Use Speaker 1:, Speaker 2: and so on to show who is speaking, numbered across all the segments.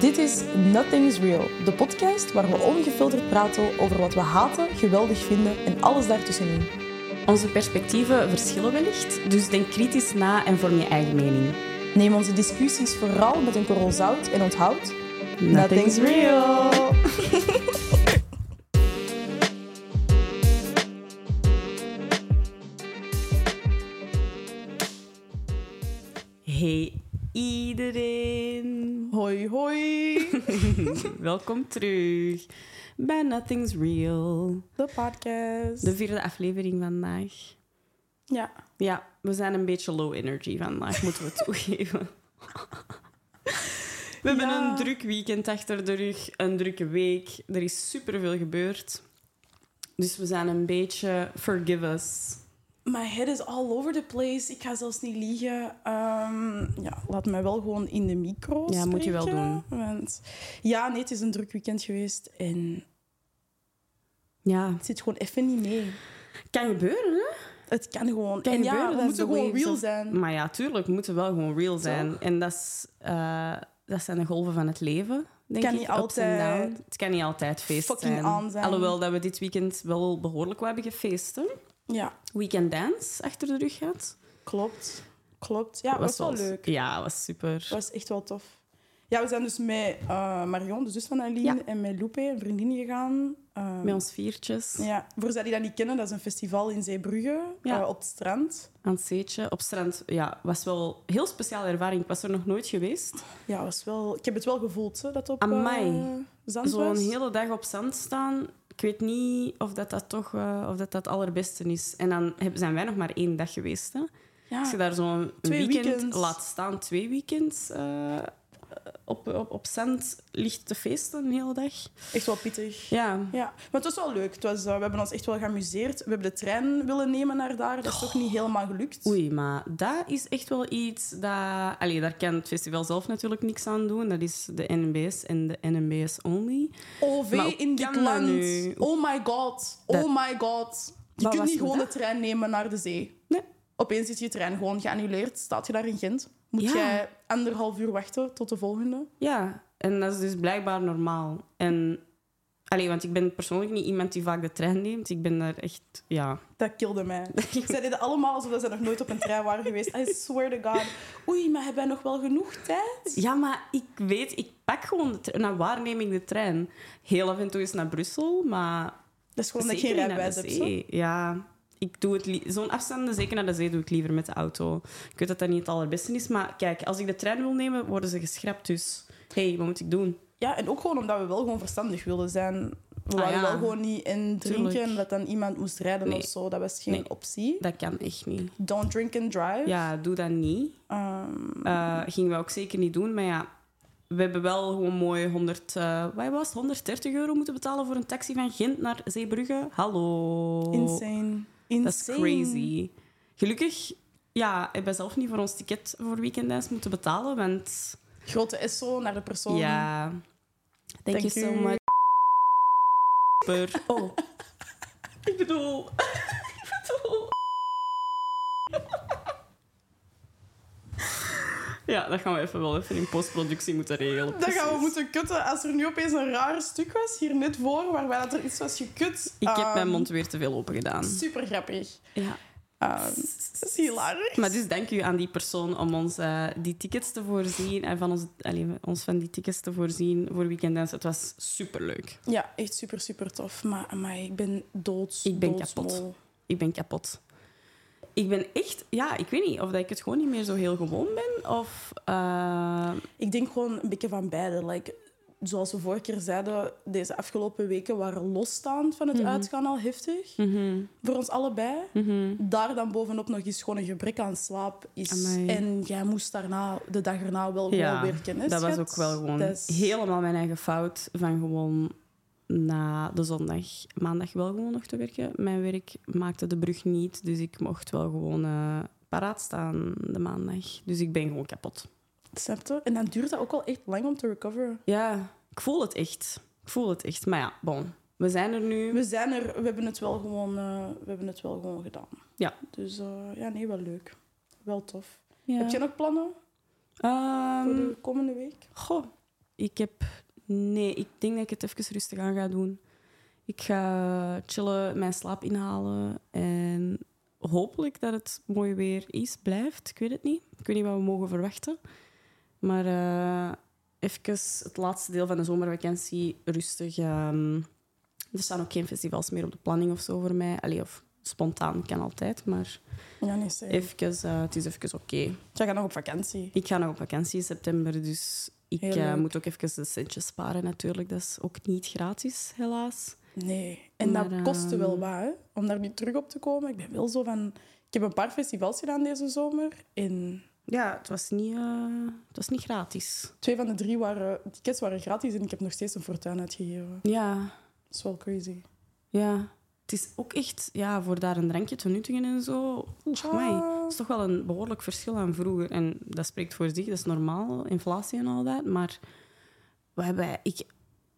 Speaker 1: Dit is Nothing is Real, de podcast waar we ongefilterd praten over wat we haten, geweldig vinden en alles daartussenin.
Speaker 2: Onze perspectieven verschillen wellicht, dus denk kritisch na en vorm je eigen mening.
Speaker 1: Neem onze discussies vooral met een korrel zout en onthoud.
Speaker 2: Nothing's
Speaker 1: real!
Speaker 2: Hey iedereen,
Speaker 1: Hoi, hoi!
Speaker 2: welkom terug bij Nothing's Real,
Speaker 1: De podcast.
Speaker 2: de vierde aflevering vandaag.
Speaker 1: Ja.
Speaker 2: Ja, we zijn een beetje low energy vandaag, moeten we toegeven. We hebben
Speaker 1: Ja.
Speaker 2: een druk weekend achter de rug, een drukke week. Er is superveel gebeurd. Dus we zijn een beetje forgive us.
Speaker 3: My head is all over the place. Ik ga zelfs niet liegen. Ehm, ja, laat mij wel gewoon in de micro
Speaker 2: Ja, moet je wel
Speaker 3: spreken, Want ja, nee, het is een druk weekend geweest en
Speaker 2: Ja,
Speaker 3: het zit gewoon even niet mee.
Speaker 2: kan gebeuren, hè?
Speaker 3: Het kan gewoon.
Speaker 2: Kan
Speaker 3: en
Speaker 2: gebeuren, dat
Speaker 3: ja, we
Speaker 2: is
Speaker 3: moeten
Speaker 2: the
Speaker 3: gewoon
Speaker 2: waves
Speaker 3: real
Speaker 2: of-
Speaker 3: zijn.
Speaker 2: Maar ja, tuurlijk, we moeten wel gewoon real zijn. En dat, is, eh, dat zijn de golven van het leven, denk
Speaker 3: Kan
Speaker 2: ik.
Speaker 3: niet
Speaker 2: Ups en
Speaker 3: altijd
Speaker 2: down. Het kan niet altijd feest
Speaker 3: fucking
Speaker 2: zijn.
Speaker 3: aan zijn.
Speaker 2: Alhoewel dat we dit weekend wel behoorlijk wat hebben gefeest, hè?
Speaker 3: Ja,
Speaker 2: Weekend Dance achter de rug gehad.
Speaker 3: klopt. Klopt. Ja, was, wel leuk.
Speaker 2: Ja, was super.
Speaker 3: Het was echt wel tof. Ja, we zijn dus met eh, Marion, de zus van Aline,
Speaker 2: Ja.
Speaker 3: en met Loepe, een vriendin, gegaan. Ehm,
Speaker 2: Met ons viertjes,
Speaker 3: Ja, voor zij die dat niet kennen, dat is een festival in Zeebrugge,
Speaker 2: Ja.
Speaker 3: eh, op het strand.
Speaker 2: aan het zeetje. Op strand, ja, was wel een heel speciale ervaring. Ik was er nog nooit geweest.
Speaker 3: Ja, was wel... ik heb het wel gevoeld hè, dat op
Speaker 2: Amai.
Speaker 3: eh, zand
Speaker 2: Zo'n
Speaker 3: was.
Speaker 2: hele dag op zand staan. Ik weet niet of dat, dat toch eh, of dat, dat het allerbeste is. En dan heb- zijn wij nog maar één dag geweest. Hè? Als je
Speaker 3: Ja,
Speaker 2: daar zo'n
Speaker 3: Ah. Twee
Speaker 2: weekend
Speaker 3: weekends.
Speaker 2: laat staan, twee weekends eh, op, op, op zand ligt te feesten een hele dag.
Speaker 3: echt wel pittig. Ja.
Speaker 2: Ja,
Speaker 3: maar het was wel leuk. Het was, eh, we hebben ons echt wel geamuseerd. We hebben de trein willen nemen naar daar. Dat is toch niet helemaal gelukt.
Speaker 2: Oei, maar dat is echt wel iets dat... Allee, daar kan het festival zelf natuurlijk niks aan doen. Dat is de NMB's en de NMB's only.
Speaker 3: OV
Speaker 2: Maar hoe kan
Speaker 3: in dit
Speaker 2: dat
Speaker 3: land.
Speaker 2: nu?
Speaker 3: Oh my god.
Speaker 2: Dat-
Speaker 3: Oh my god. Je
Speaker 2: Wat
Speaker 3: kunt
Speaker 2: was
Speaker 3: niet
Speaker 2: er
Speaker 3: gewoon
Speaker 2: dat?
Speaker 3: de trein nemen naar de zee.
Speaker 2: Nee.
Speaker 3: Opeens is je trein gewoon geannuleerd. Staat je daar in Gent? Moet
Speaker 2: Ja.
Speaker 3: jij anderhalf uur wachten tot de volgende?
Speaker 2: Ja, en dat is dus blijkbaar normaal. En... Allee, want ik ben persoonlijk niet iemand die vaak de trein neemt. Ik ben daar echt... Ja.
Speaker 3: Dat kilde mij. Zij deden allemaal alsof dat ze nog nooit op een trein waren geweest. I swear to god. Oei, maar hebben wij nog wel genoeg tijd?
Speaker 2: Ja, maar ik weet... Ik pak gewoon de trein. Naar waar neem ik de trein? Heel af en toe eens naar Brussel, maar...
Speaker 3: Dat is gewoon dat je geen
Speaker 2: zeker niet naar
Speaker 3: rijbewijs
Speaker 2: de
Speaker 3: hebt. zo.
Speaker 2: zee. Ja. Ik doe het li- Zo'n afstanden, zeker naar de zee, doe ik liever met de auto. Ik weet dat dat niet het allerbeste is, maar kijk, als ik de trein wil nemen, worden ze geschrapt. Dus hé, hey, wat moet ik doen?
Speaker 3: Ja, en ook gewoon omdat we wel gewoon verstandig wilden zijn. We
Speaker 2: Ah,
Speaker 3: waren
Speaker 2: ja.
Speaker 3: wel gewoon niet in drinken,
Speaker 2: Tuurlijk.
Speaker 3: dat dan iemand moest rijden
Speaker 2: Nee.
Speaker 3: of zo. Dat was geen
Speaker 2: Nee.
Speaker 3: optie.
Speaker 2: Dat kan echt niet.
Speaker 3: Don't drink and drive.
Speaker 2: Ja, doe dat niet.
Speaker 3: Ehm,
Speaker 2: Eh gingen we ook zeker niet doen, maar ja, we hebben wel gewoon mooi 100, eh, wat was het? 130 euro moeten betalen voor een taxi van Gent naar Zeebrugge. Hallo.
Speaker 3: insane. Insane.
Speaker 2: Dat is crazy. Gelukkig ja, hebben we zelf niet voor ons ticket voor weekendreis moeten betalen, want
Speaker 3: Grote SO naar de persoon.
Speaker 2: Ja. Thank, you
Speaker 3: Thank
Speaker 2: so
Speaker 3: you.
Speaker 2: much. Per-
Speaker 3: Oh,
Speaker 2: Ik bedoel... Ik bedoel... Ja, dat gaan we even wel even in postproductie moeten regelen.
Speaker 3: dan gaan we
Speaker 2: precies.
Speaker 3: moeten kutten. Als er nu opeens een raar stuk was, hier net voor, waarbij dat er iets was gekut.
Speaker 2: Ik heb
Speaker 3: Ehm,
Speaker 2: mijn mond weer te veel open gedaan.
Speaker 3: Super grappig.
Speaker 2: Ja.
Speaker 3: Ehm, dat is hilarisch.
Speaker 2: Maar dus dank u aan die persoon om ons eh, die tickets te voorzien. En van ons, allee, ons van die tickets te voorzien voor weekendens. Het was superleuk.
Speaker 3: Ja, echt super, super tof. Maar amai, ik ben doods.
Speaker 2: Ik ben
Speaker 3: doodsmol.
Speaker 2: kapot. Ik ben kapot. Ik ben echt, ja, ik weet niet of dat ik het gewoon niet meer zo heel gewoon ben. Of, eh,
Speaker 3: Ik denk gewoon een beetje van beide. Like, zoals we vorige keer zeiden, deze afgelopen weken waren losstaand van het
Speaker 2: Mhm.
Speaker 3: uitgaan al heftig. Voor ons allebei.
Speaker 2: mhm.
Speaker 3: Daar dan bovenop nog eens gewoon een gebrek aan slaap is.
Speaker 2: Amai.
Speaker 3: En jij moest daarna, de dag erna wel gewoon
Speaker 2: ja,
Speaker 3: werken. hè,
Speaker 2: dat was
Speaker 3: schat?
Speaker 2: ook wel gewoon
Speaker 3: Dat is-
Speaker 2: helemaal mijn eigen fout. Van gewoon na de zondag, maandag wel gewoon nog te werken. Mijn werk maakte de brug niet, dus ik mocht wel gewoon eh, paraat staan de maandag. Dus ik ben gewoon kapot.
Speaker 3: Snap je? En dan duurt dat ook wel echt lang om te recoveren.
Speaker 2: Ja, ik voel het echt. Ik voel het echt. Maar ja, bon. We zijn er nu.
Speaker 3: We zijn er, we hebben het wel gewoon, eh, we hebben het wel gewoon gedaan.
Speaker 2: Ja.
Speaker 3: Dus eh, ja, nee, wel leuk. Wel tof.
Speaker 2: Ja.
Speaker 3: Heb jij nog plannen
Speaker 2: Ehm,
Speaker 3: voor de komende week?
Speaker 2: Goh, Ik heb... Nee, ik denk dat ik het even rustig aan ga doen. Ik ga chillen, mijn slaap inhalen. En hopelijk dat het mooi weer is, blijft. Ik weet het niet. Ik weet niet wat we mogen verwachten. Maar eh even het laatste deel van de zomervakantie rustig... ehm, er staan ook geen festivals meer op de planning of zo voor mij. Allee, of spontaan kan altijd, maar
Speaker 3: Ja, nee, same.
Speaker 2: even, eh, het is even oké.
Speaker 3: Jij gaat nog op vakantie.
Speaker 2: Ik ga nog op vakantie in september, dus ik
Speaker 3: Heel
Speaker 2: eh,
Speaker 3: leuk.
Speaker 2: moet ook even de centjes sparen natuurlijk. Dat is ook niet gratis, helaas.
Speaker 3: Nee. En dat
Speaker 2: Maar, ehm,
Speaker 3: kostte wel wat, hè, om daar nu terug op te komen. Ik ben wel zo van... Ik heb een paar festivals gedaan deze zomer. En
Speaker 2: Ja, het was niet, eh, het was niet gratis.
Speaker 3: twee van de drie waren... Tickets waren gratis en ik heb nog steeds een fortuin uitgegeven.
Speaker 2: Ja,
Speaker 3: Dat is wel crazy.
Speaker 2: ja. Het is ook echt, ja, voor daar een drankje te nuttigen en zo. Oeh, amai. Dat is toch wel een behoorlijk verschil aan vroeger. En dat spreekt voor zich, dat is normaal, inflatie en al dat. Maar we hebben, ik,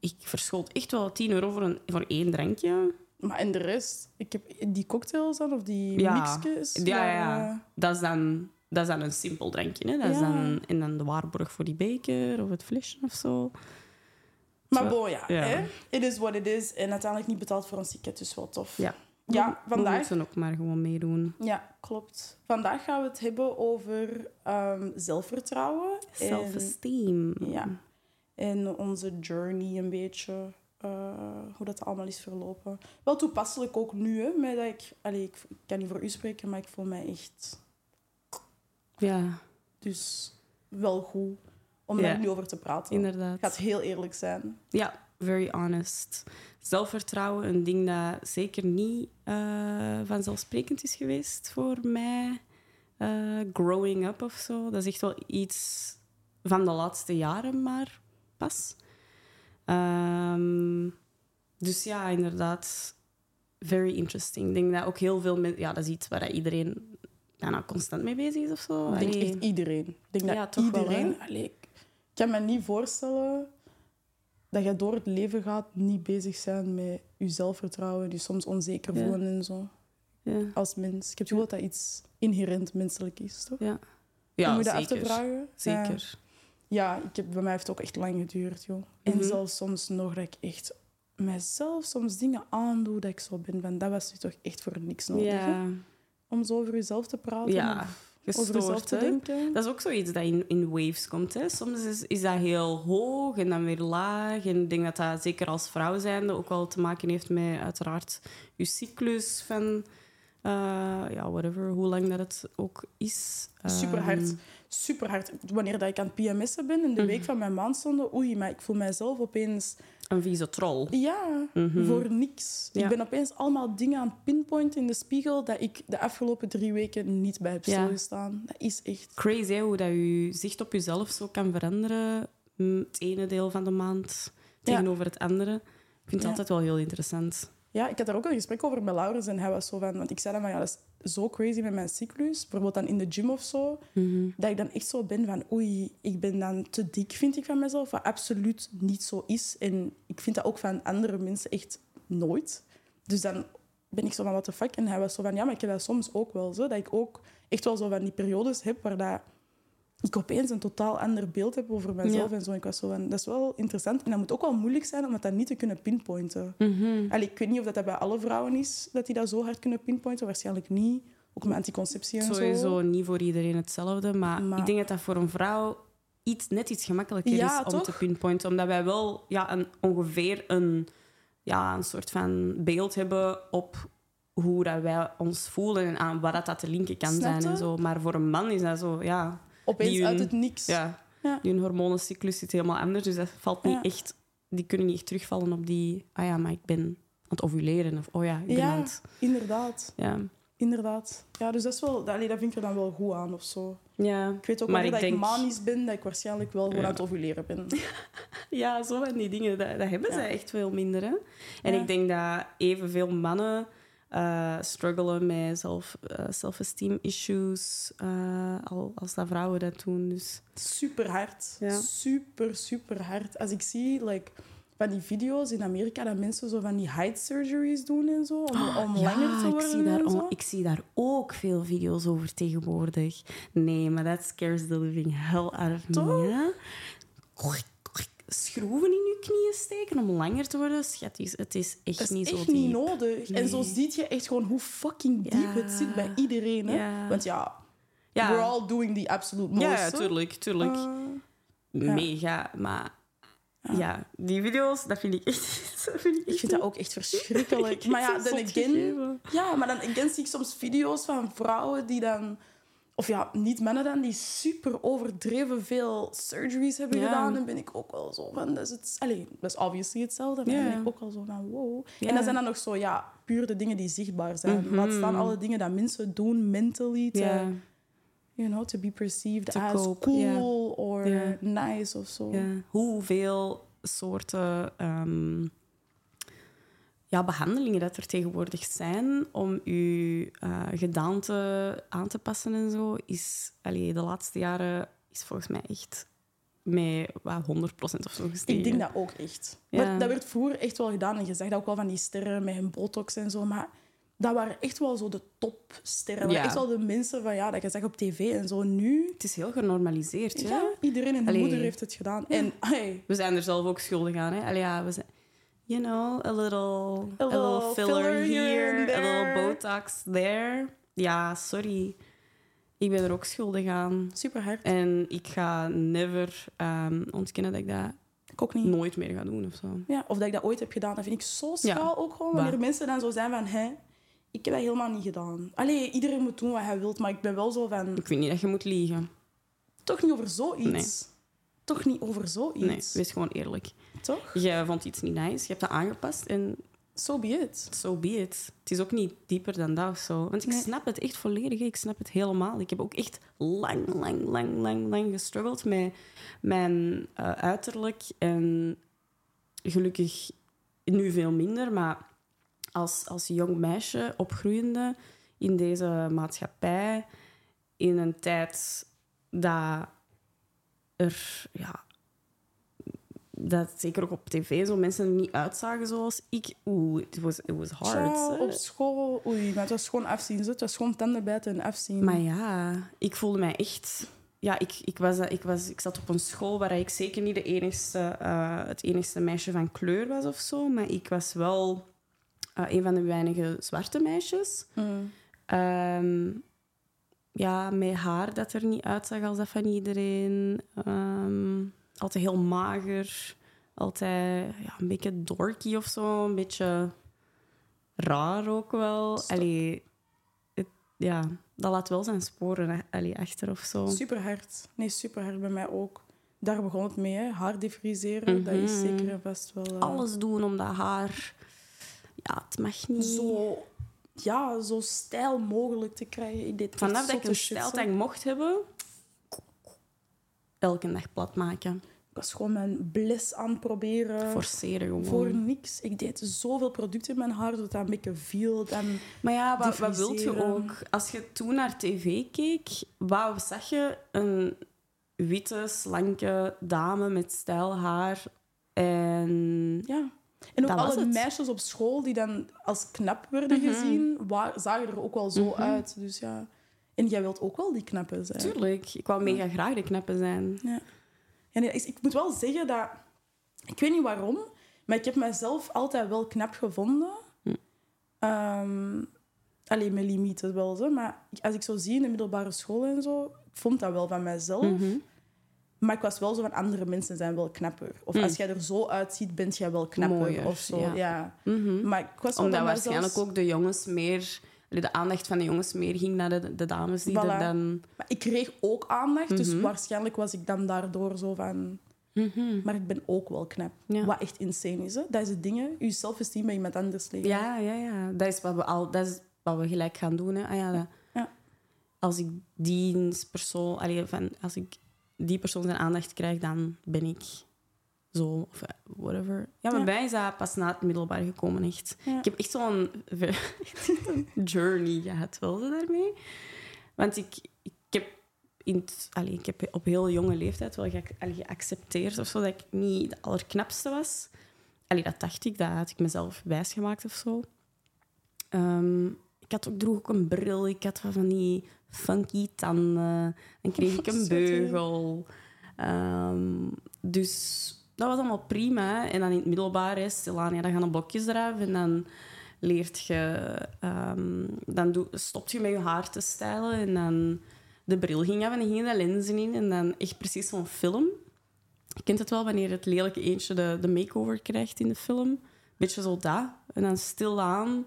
Speaker 2: ik verschoot echt wel 10 euro voor, een, voor één drankje.
Speaker 3: Maar en de rest? Ik heb die cocktails dan, of die
Speaker 2: Ja.
Speaker 3: mixjes?
Speaker 2: Ja, ja,
Speaker 3: waren-
Speaker 2: ja. Dat is dan, dat is dan een simpel drankje. Hè? Dat is
Speaker 3: Ja.
Speaker 2: dan, en dan de waarborg voor die beker of het flesje of zo.
Speaker 3: Maar
Speaker 2: Zo,
Speaker 3: bon, ja.
Speaker 2: ja.
Speaker 3: Hè? It is what it is. En uiteindelijk niet betaald voor ons ticket, dus wel tof.
Speaker 2: Ja.
Speaker 3: Ja,
Speaker 2: We
Speaker 3: vandaag...
Speaker 2: moeten ook maar gewoon meedoen.
Speaker 3: Ja, klopt. Vandaag gaan we het hebben over ehm, zelfvertrouwen. en-
Speaker 2: Self-esteem.
Speaker 3: Eh, Ja. En onze journey een beetje, eh, hoe dat allemaal is verlopen. Wel toepasselijk ook nu, hè, met dat ik, allee, ik, ik kan niet voor u spreken, maar ik voel mij echt
Speaker 2: Ja,
Speaker 3: dus wel goed om
Speaker 2: Ja.
Speaker 3: daar nu over te praten.
Speaker 2: inderdaad.
Speaker 3: Ik ga het heel eerlijk zijn.
Speaker 2: Ja, very honest. Zelfvertrouwen, een ding dat zeker niet eh, vanzelfsprekend is geweest voor mij. eh, growing up of zo. Dat is echt wel iets van de laatste jaren, maar pas. Ehm, dus ja, inderdaad. Very interesting. Ik denk dat ook heel veel mensen... Ja, dat is iets waar dat iedereen bijna constant mee bezig is of zo.
Speaker 3: Ik denk
Speaker 2: Allee.
Speaker 3: echt iedereen. Ik denk
Speaker 2: Ja,
Speaker 3: dat
Speaker 2: toch wel,
Speaker 3: iedereen...
Speaker 2: hè?
Speaker 3: allee, ik ik kan me niet voorstellen dat je door het leven gaat niet bezig zijn met je zelfvertrouwen, je soms onzeker
Speaker 2: Ja.
Speaker 3: voelen en zo,
Speaker 2: Ja,
Speaker 3: als mens. Ik heb het gevoel dat dat iets inherent menselijk is, toch?
Speaker 2: ja.
Speaker 3: Om
Speaker 2: ja
Speaker 3: je dat af te
Speaker 2: zeker.
Speaker 3: vragen. eh, Ja.
Speaker 2: Zeker.
Speaker 3: Ja, ik heb, bij mij heeft het ook echt lang geduurd, joh.
Speaker 2: Mhm.
Speaker 3: En zelfs soms nog dat ik echt mezelf soms dingen aandoe dat ik zo ben. Van, dat was nu toch echt voor niks nodig, hè?
Speaker 2: Ja.
Speaker 3: Om zo over jezelf te praten
Speaker 2: Ja,
Speaker 3: of over jezelf
Speaker 2: Gestoord,
Speaker 3: te
Speaker 2: hè?
Speaker 3: denken.
Speaker 2: Dat is ook zoiets dat in, in waves komt. Hè. Soms is, is dat heel hoog en dan weer laag. En ik denk dat dat zeker als vrouw zijnde ook wel te maken heeft met uiteraard je cyclus van... eh, ja, whatever, hoe lang dat het ook is.
Speaker 3: Super hard.
Speaker 2: Ehm,
Speaker 3: Super hard. Wanneer dat ik aan het PMS'en ben
Speaker 2: Mhm.
Speaker 3: in de week van mijn maandstonden, oei, maar ik voel mijzelf opeens,
Speaker 2: Een vieze troll.
Speaker 3: ja,
Speaker 2: Mhm.
Speaker 3: voor niks.
Speaker 2: Ja.
Speaker 3: Ik ben opeens allemaal dingen aan het pinpointen in de spiegel dat ik de afgelopen drie weken niet bij heb
Speaker 2: Ja.
Speaker 3: stilgestaan. Dat is echt.
Speaker 2: Crazy hè, hoe dat je zicht op jezelf zo kan veranderen. mm, Het ene deel van de maand tegenover het andere. Ik vind het
Speaker 3: Ja.
Speaker 2: altijd wel heel interessant.
Speaker 3: Ja, ik had daar ook een gesprek over met Laurens en hij was zo van... Want ik zei dan van, ja, dat is zo crazy met mijn cyclus. Bijvoorbeeld dan in de gym of zo. Dat ik dan echt zo ben van, oei, ik ben dan te dik, vind ik van mezelf. Wat absoluut niet zo is. En ik vind dat ook van andere mensen echt nooit. Dus dan ben ik zo van, what the fuck? En hij was zo van, ja, maar ik heb dat soms ook wel zo. Dat ik ook echt wel zo van die periodes heb waar dat ik opeens een totaal ander beeld heb over mezelf en zo. En ik was zo van, dat is wel interessant. En dat moet ook wel moeilijk zijn om het dan niet te kunnen pinpointen.
Speaker 2: Mhm.
Speaker 3: Allee, ik weet niet of dat, dat bij alle vrouwen is, dat die dat zo hard kunnen pinpointen. Waarschijnlijk niet. Ook met anticonceptie en zo.
Speaker 2: Sowieso niet voor iedereen hetzelfde, maar,
Speaker 3: Maar-
Speaker 2: ik denk dat dat voor een vrouw iets, net iets gemakkelijker
Speaker 3: Ja,
Speaker 2: is om
Speaker 3: toch?
Speaker 2: te pinpointen. Omdat wij wel ja, een, ongeveer een, ja, een soort van beeld hebben op hoe dat wij ons voelen en aan wat dat, dat te linken kan
Speaker 3: Snap
Speaker 2: zijn en
Speaker 3: je?
Speaker 2: zo. Maar voor een man is dat zo, ja.
Speaker 3: Opeens
Speaker 2: Die hun-
Speaker 3: uit het niks.
Speaker 2: ja.
Speaker 3: Ja.
Speaker 2: Die hun hormonencyclus zit helemaal anders, dus dat valt niet
Speaker 3: Ja.
Speaker 2: echt... Die kunnen niet echt terugvallen op die... Ah ja, maar ik ben aan het ovuleren. Of oh ja, ik ben
Speaker 3: Ja.
Speaker 2: aan het...
Speaker 3: Inderdaad.
Speaker 2: Ja.
Speaker 3: Inderdaad. Ja, dus dat, is wel, dat- allee, dat vind ik er dan wel goed aan of zo.
Speaker 2: ja.
Speaker 3: Ik weet ook
Speaker 2: Maar
Speaker 3: wel
Speaker 2: ik
Speaker 3: dat ik
Speaker 2: denk-
Speaker 3: manisch ben, dat ik waarschijnlijk wel gewoon
Speaker 2: Ja.
Speaker 3: aan het ovuleren ben.
Speaker 2: Ja, zo van die dingen, dat, dat hebben
Speaker 3: Ja.
Speaker 2: zij echt veel minder. Hè? En
Speaker 3: Ja.
Speaker 2: ik denk dat evenveel mannen eh struggelen met zelf, eh, self-esteem issues eh, al, als dat vrouwen dat doen. Dus
Speaker 3: Super hard.
Speaker 2: Ja.
Speaker 3: Super, super hard. Als ik zie like, van die video's in Amerika dat mensen zo van die height surgeries doen en zo, om, om langer te
Speaker 2: Ah, ik
Speaker 3: worden
Speaker 2: zie, daar,
Speaker 3: en zo.
Speaker 2: ook- ik zie daar ook veel video's over tegenwoordig. Nee, maar dat scares the living hell out of me.
Speaker 3: Toch?
Speaker 2: hè. schroeven in je knieën steken om langer te worden. Schat, het is- het is echt
Speaker 3: Dat is
Speaker 2: niet
Speaker 3: echt
Speaker 2: zo
Speaker 3: niet
Speaker 2: diep.
Speaker 3: nodig. En zo
Speaker 2: Nee.
Speaker 3: ziet je echt gewoon hoe fucking diep
Speaker 2: Ja.
Speaker 3: het zit bij iedereen. Hè?
Speaker 2: Ja.
Speaker 3: Want ja,
Speaker 2: ja.
Speaker 3: we're all doing the absolute most.
Speaker 2: ja,
Speaker 3: hè?
Speaker 2: ja, tuurlijk, tuurlijk.
Speaker 3: Eh,
Speaker 2: Mega, maar... Ja. die video's, dat vind ik echt... Dat vind ik,
Speaker 3: ik vind dat ook echt verschrikkelijk. maar ja, dan again, ja, maar dan again zie ik soms video's van vrouwen die dan... Of ja, niet mannen dan, die super overdreven veel surgeries hebben
Speaker 2: Ja.
Speaker 3: gedaan. Dan ben ik ook wel zo van... Dat is, het, allee, dat is obviously hetzelfde, maar
Speaker 2: Ja.
Speaker 3: dan ben ik ook wel zo van wow.
Speaker 2: Ja. Mhm.
Speaker 3: En dan zijn dan nog zo, ja, puur de dingen die zichtbaar zijn. Wat staan alle dingen dat mensen doen mentally te...
Speaker 2: Ja,
Speaker 3: you know, to be perceived
Speaker 2: To
Speaker 3: as
Speaker 2: cope,
Speaker 3: cool or
Speaker 2: Ja.
Speaker 3: nice of zo.
Speaker 2: ja. Hoeveel soorten ehm, ja, behandelingen dat er tegenwoordig zijn om je eh, gedaante aan te passen en zo, is allee, de laatste jaren is volgens mij echt met wat, 100% of zo gestegen.
Speaker 3: Ik denk dat ook echt.
Speaker 2: Ja.
Speaker 3: Maar dat werd vroeger echt wel gedaan en je zegt dat ook wel van die sterren met hun botox en zo, maar dat waren echt wel zo de topsterren.
Speaker 2: Ja.
Speaker 3: Echt wel de mensen van ja, dat je zegt op tv en zo. Nu,
Speaker 2: Het is heel genormaliseerd,
Speaker 3: ja,
Speaker 2: ja.
Speaker 3: iedereen en de
Speaker 2: Allee.
Speaker 3: moeder heeft het gedaan. En hey,
Speaker 2: We zijn er zelf ook schuldig aan, hè. Allee, ja, we zijn... You know, a little, a little,
Speaker 3: little
Speaker 2: filler,
Speaker 3: filler here
Speaker 2: here,
Speaker 3: and
Speaker 2: a little
Speaker 3: there.
Speaker 2: botox there. Ja, sorry. Ik ben er ook schuldig aan.
Speaker 3: super hard.
Speaker 2: En ik ga never ehm, ontkennen dat ik dat
Speaker 3: Ik ook niet.
Speaker 2: nooit meer ga doen of zo.
Speaker 3: Ja, of dat ik dat ooit heb gedaan, dat vind ik zo schaal ook gewoon.
Speaker 2: Waar.
Speaker 3: Wanneer mensen dan zo zijn van hè, ik heb dat helemaal niet gedaan. Allee, iedereen moet doen wat hij wil, maar ik ben wel zo van
Speaker 2: Ik vind niet dat je moet liegen.
Speaker 3: toch niet over zoiets.
Speaker 2: Nee.
Speaker 3: Toch niet over
Speaker 2: Nee,
Speaker 3: zoiets.
Speaker 2: wees gewoon eerlijk.
Speaker 3: Toch?
Speaker 2: Je vond iets niet nice, je hebt dat aangepast en
Speaker 3: So be it.
Speaker 2: so be it. Het is ook niet dieper dan dat of zo. Want ik
Speaker 3: Nee.
Speaker 2: snap het echt volledig. hè. Ik snap het helemaal. Ik heb ook echt lang, lang, lang, lang, lang gestruggeld met mijn eh, uiterlijk. En gelukkig nu veel minder, maar als, als jong meisje, opgroeiende in deze maatschappij, in een tijd dat er... Ja, dat zeker ook op tv zo mensen er niet uitzagen zoals ik. Oeh, it was, it was hard.
Speaker 3: Tja,
Speaker 2: hè.
Speaker 3: op school, oei, maar het was gewoon afzien. zo. Het was gewoon tanden bijten en afzien.
Speaker 2: Maar ja, ik voelde mij echt. Ja, ik, ik, was, ik, was, ik zat op een school waar ik zeker niet de enigste, eh, het enigste meisje van kleur was of zo. Maar ik was wel eh, een van de weinige zwarte meisjes.
Speaker 3: Mm.
Speaker 2: Ehm, ja, met haar dat er niet uitzag als dat van iedereen. Ehm, altijd heel mager. Altijd ja, een beetje dorky of zo. Een beetje raar ook wel.
Speaker 3: Stop.
Speaker 2: Allee, het- ja, dat laat wel zijn sporen hè, allee, achter of zo.
Speaker 3: Super hard. Nee, super hard bij mij ook. Daar begon het mee, hè. haar defriseren. Dat is
Speaker 2: Mhm.
Speaker 3: zeker en vast wel. eh,
Speaker 2: Alles doen om dat haar... Ja, het mag niet.
Speaker 3: Zo, ja, zo stijl mogelijk te krijgen. Ik deed echt
Speaker 2: Vanaf dat ik
Speaker 3: zotte
Speaker 2: een
Speaker 3: shit,
Speaker 2: stijl
Speaker 3: hè.
Speaker 2: dat ik mocht hebben... Elke dag plat maken.
Speaker 3: Ik was gewoon mijn bles aan het proberen.
Speaker 2: Forceren gewoon.
Speaker 3: Voor niks. Ik deed zoveel producten in mijn haar, zodat dat een beetje viel. En
Speaker 2: Maar ja, wat, wat wilt je
Speaker 3: Diffuseren.
Speaker 2: ook? Als je toen naar tv keek, wat zag je? Een witte, slanke dame met stijl haar. En
Speaker 3: Ja. En ook
Speaker 2: Dat was
Speaker 3: alle
Speaker 2: het. Mhm.
Speaker 3: meisjes op school die dan als knap werden gezien, wa- zagen er ook wel zo uit. Dus ja. En jij wilt ook wel die knappen zijn.
Speaker 2: natuurlijk, ik wou mega graag de knappe zijn.
Speaker 3: Ja. Ja, nee, ik, ik moet wel zeggen dat... Ik weet niet waarom, maar ik heb mezelf altijd wel knap gevonden.
Speaker 2: Mhm.
Speaker 3: Ehm, alleen mijn limieten wel, zo. maar ik- als ik zo zie in de middelbare school en zo, ik vond dat wel van mijzelf.
Speaker 2: Mhm.
Speaker 3: Maar ik was wel zo van, andere mensen zijn wel knapper. Of als jij er zo uitziet, bent jij wel knapper.
Speaker 2: Mhm. Mooier,
Speaker 3: of zo,
Speaker 2: ja.
Speaker 3: ja. Maar ik was wel
Speaker 2: Mhm. Omdat
Speaker 3: van
Speaker 2: waarschijnlijk
Speaker 3: mezelf-
Speaker 2: ook de jongens meer... De aandacht van de jongens meer ging naar de, de dames die er
Speaker 3: Voilà.
Speaker 2: dan...
Speaker 3: Maar ik kreeg ook aandacht,
Speaker 2: Mhm.
Speaker 3: dus waarschijnlijk was ik dan daardoor zo van... Maar ik ben ook wel knap.
Speaker 2: Mhm. Ja.
Speaker 3: Wat echt insane is, hè. Dat is het ding, hè. Je zelfesteem bij iemand anders liggen.
Speaker 2: Ja, ja, ja. Dat is wat we, al, dat is wat we gelijk gaan doen. Hè. Ah, ja, dat-
Speaker 3: Ja.
Speaker 2: Als ik die persoon, allee, van, als ik die persoon zijn aandacht krijg, dan ben ik zo of eh, whatever. Ja, maar
Speaker 3: Ja.
Speaker 2: bij mij is dat pas na het middelbaar gekomen, echt.
Speaker 3: Ja.
Speaker 2: Ik heb echt zo'n ver- journey gehad, wel ze daarmee. Want ik, ik heb. In het- allee, ik heb op heel jonge leeftijd wel ge- allee, geaccepteerd of zo, dat ik niet de allerknapste was. Allee, dat dacht ik, dat had ik mezelf wijsgemaakt of zo. Ehm, ik had ook, droeg ook een bril, ik had wel van die funky tanden. Dan kreeg ik een
Speaker 3: Schattig.
Speaker 2: beugel. Ehm, dus dat was allemaal prima. En dan in het middelbaar, hè, stilaan, ja, dan gaan de blokjes eraf en dan leert je... ehm, dan doe, stopt je met je haar te stijlen en dan... De bril ging af en dan gingen de lenzen in. En dan echt precies zo'n film. Je kent het wel wanneer het lelijke eentje de, de makeover krijgt in de film. Beetje zo dat. En dan stilaan...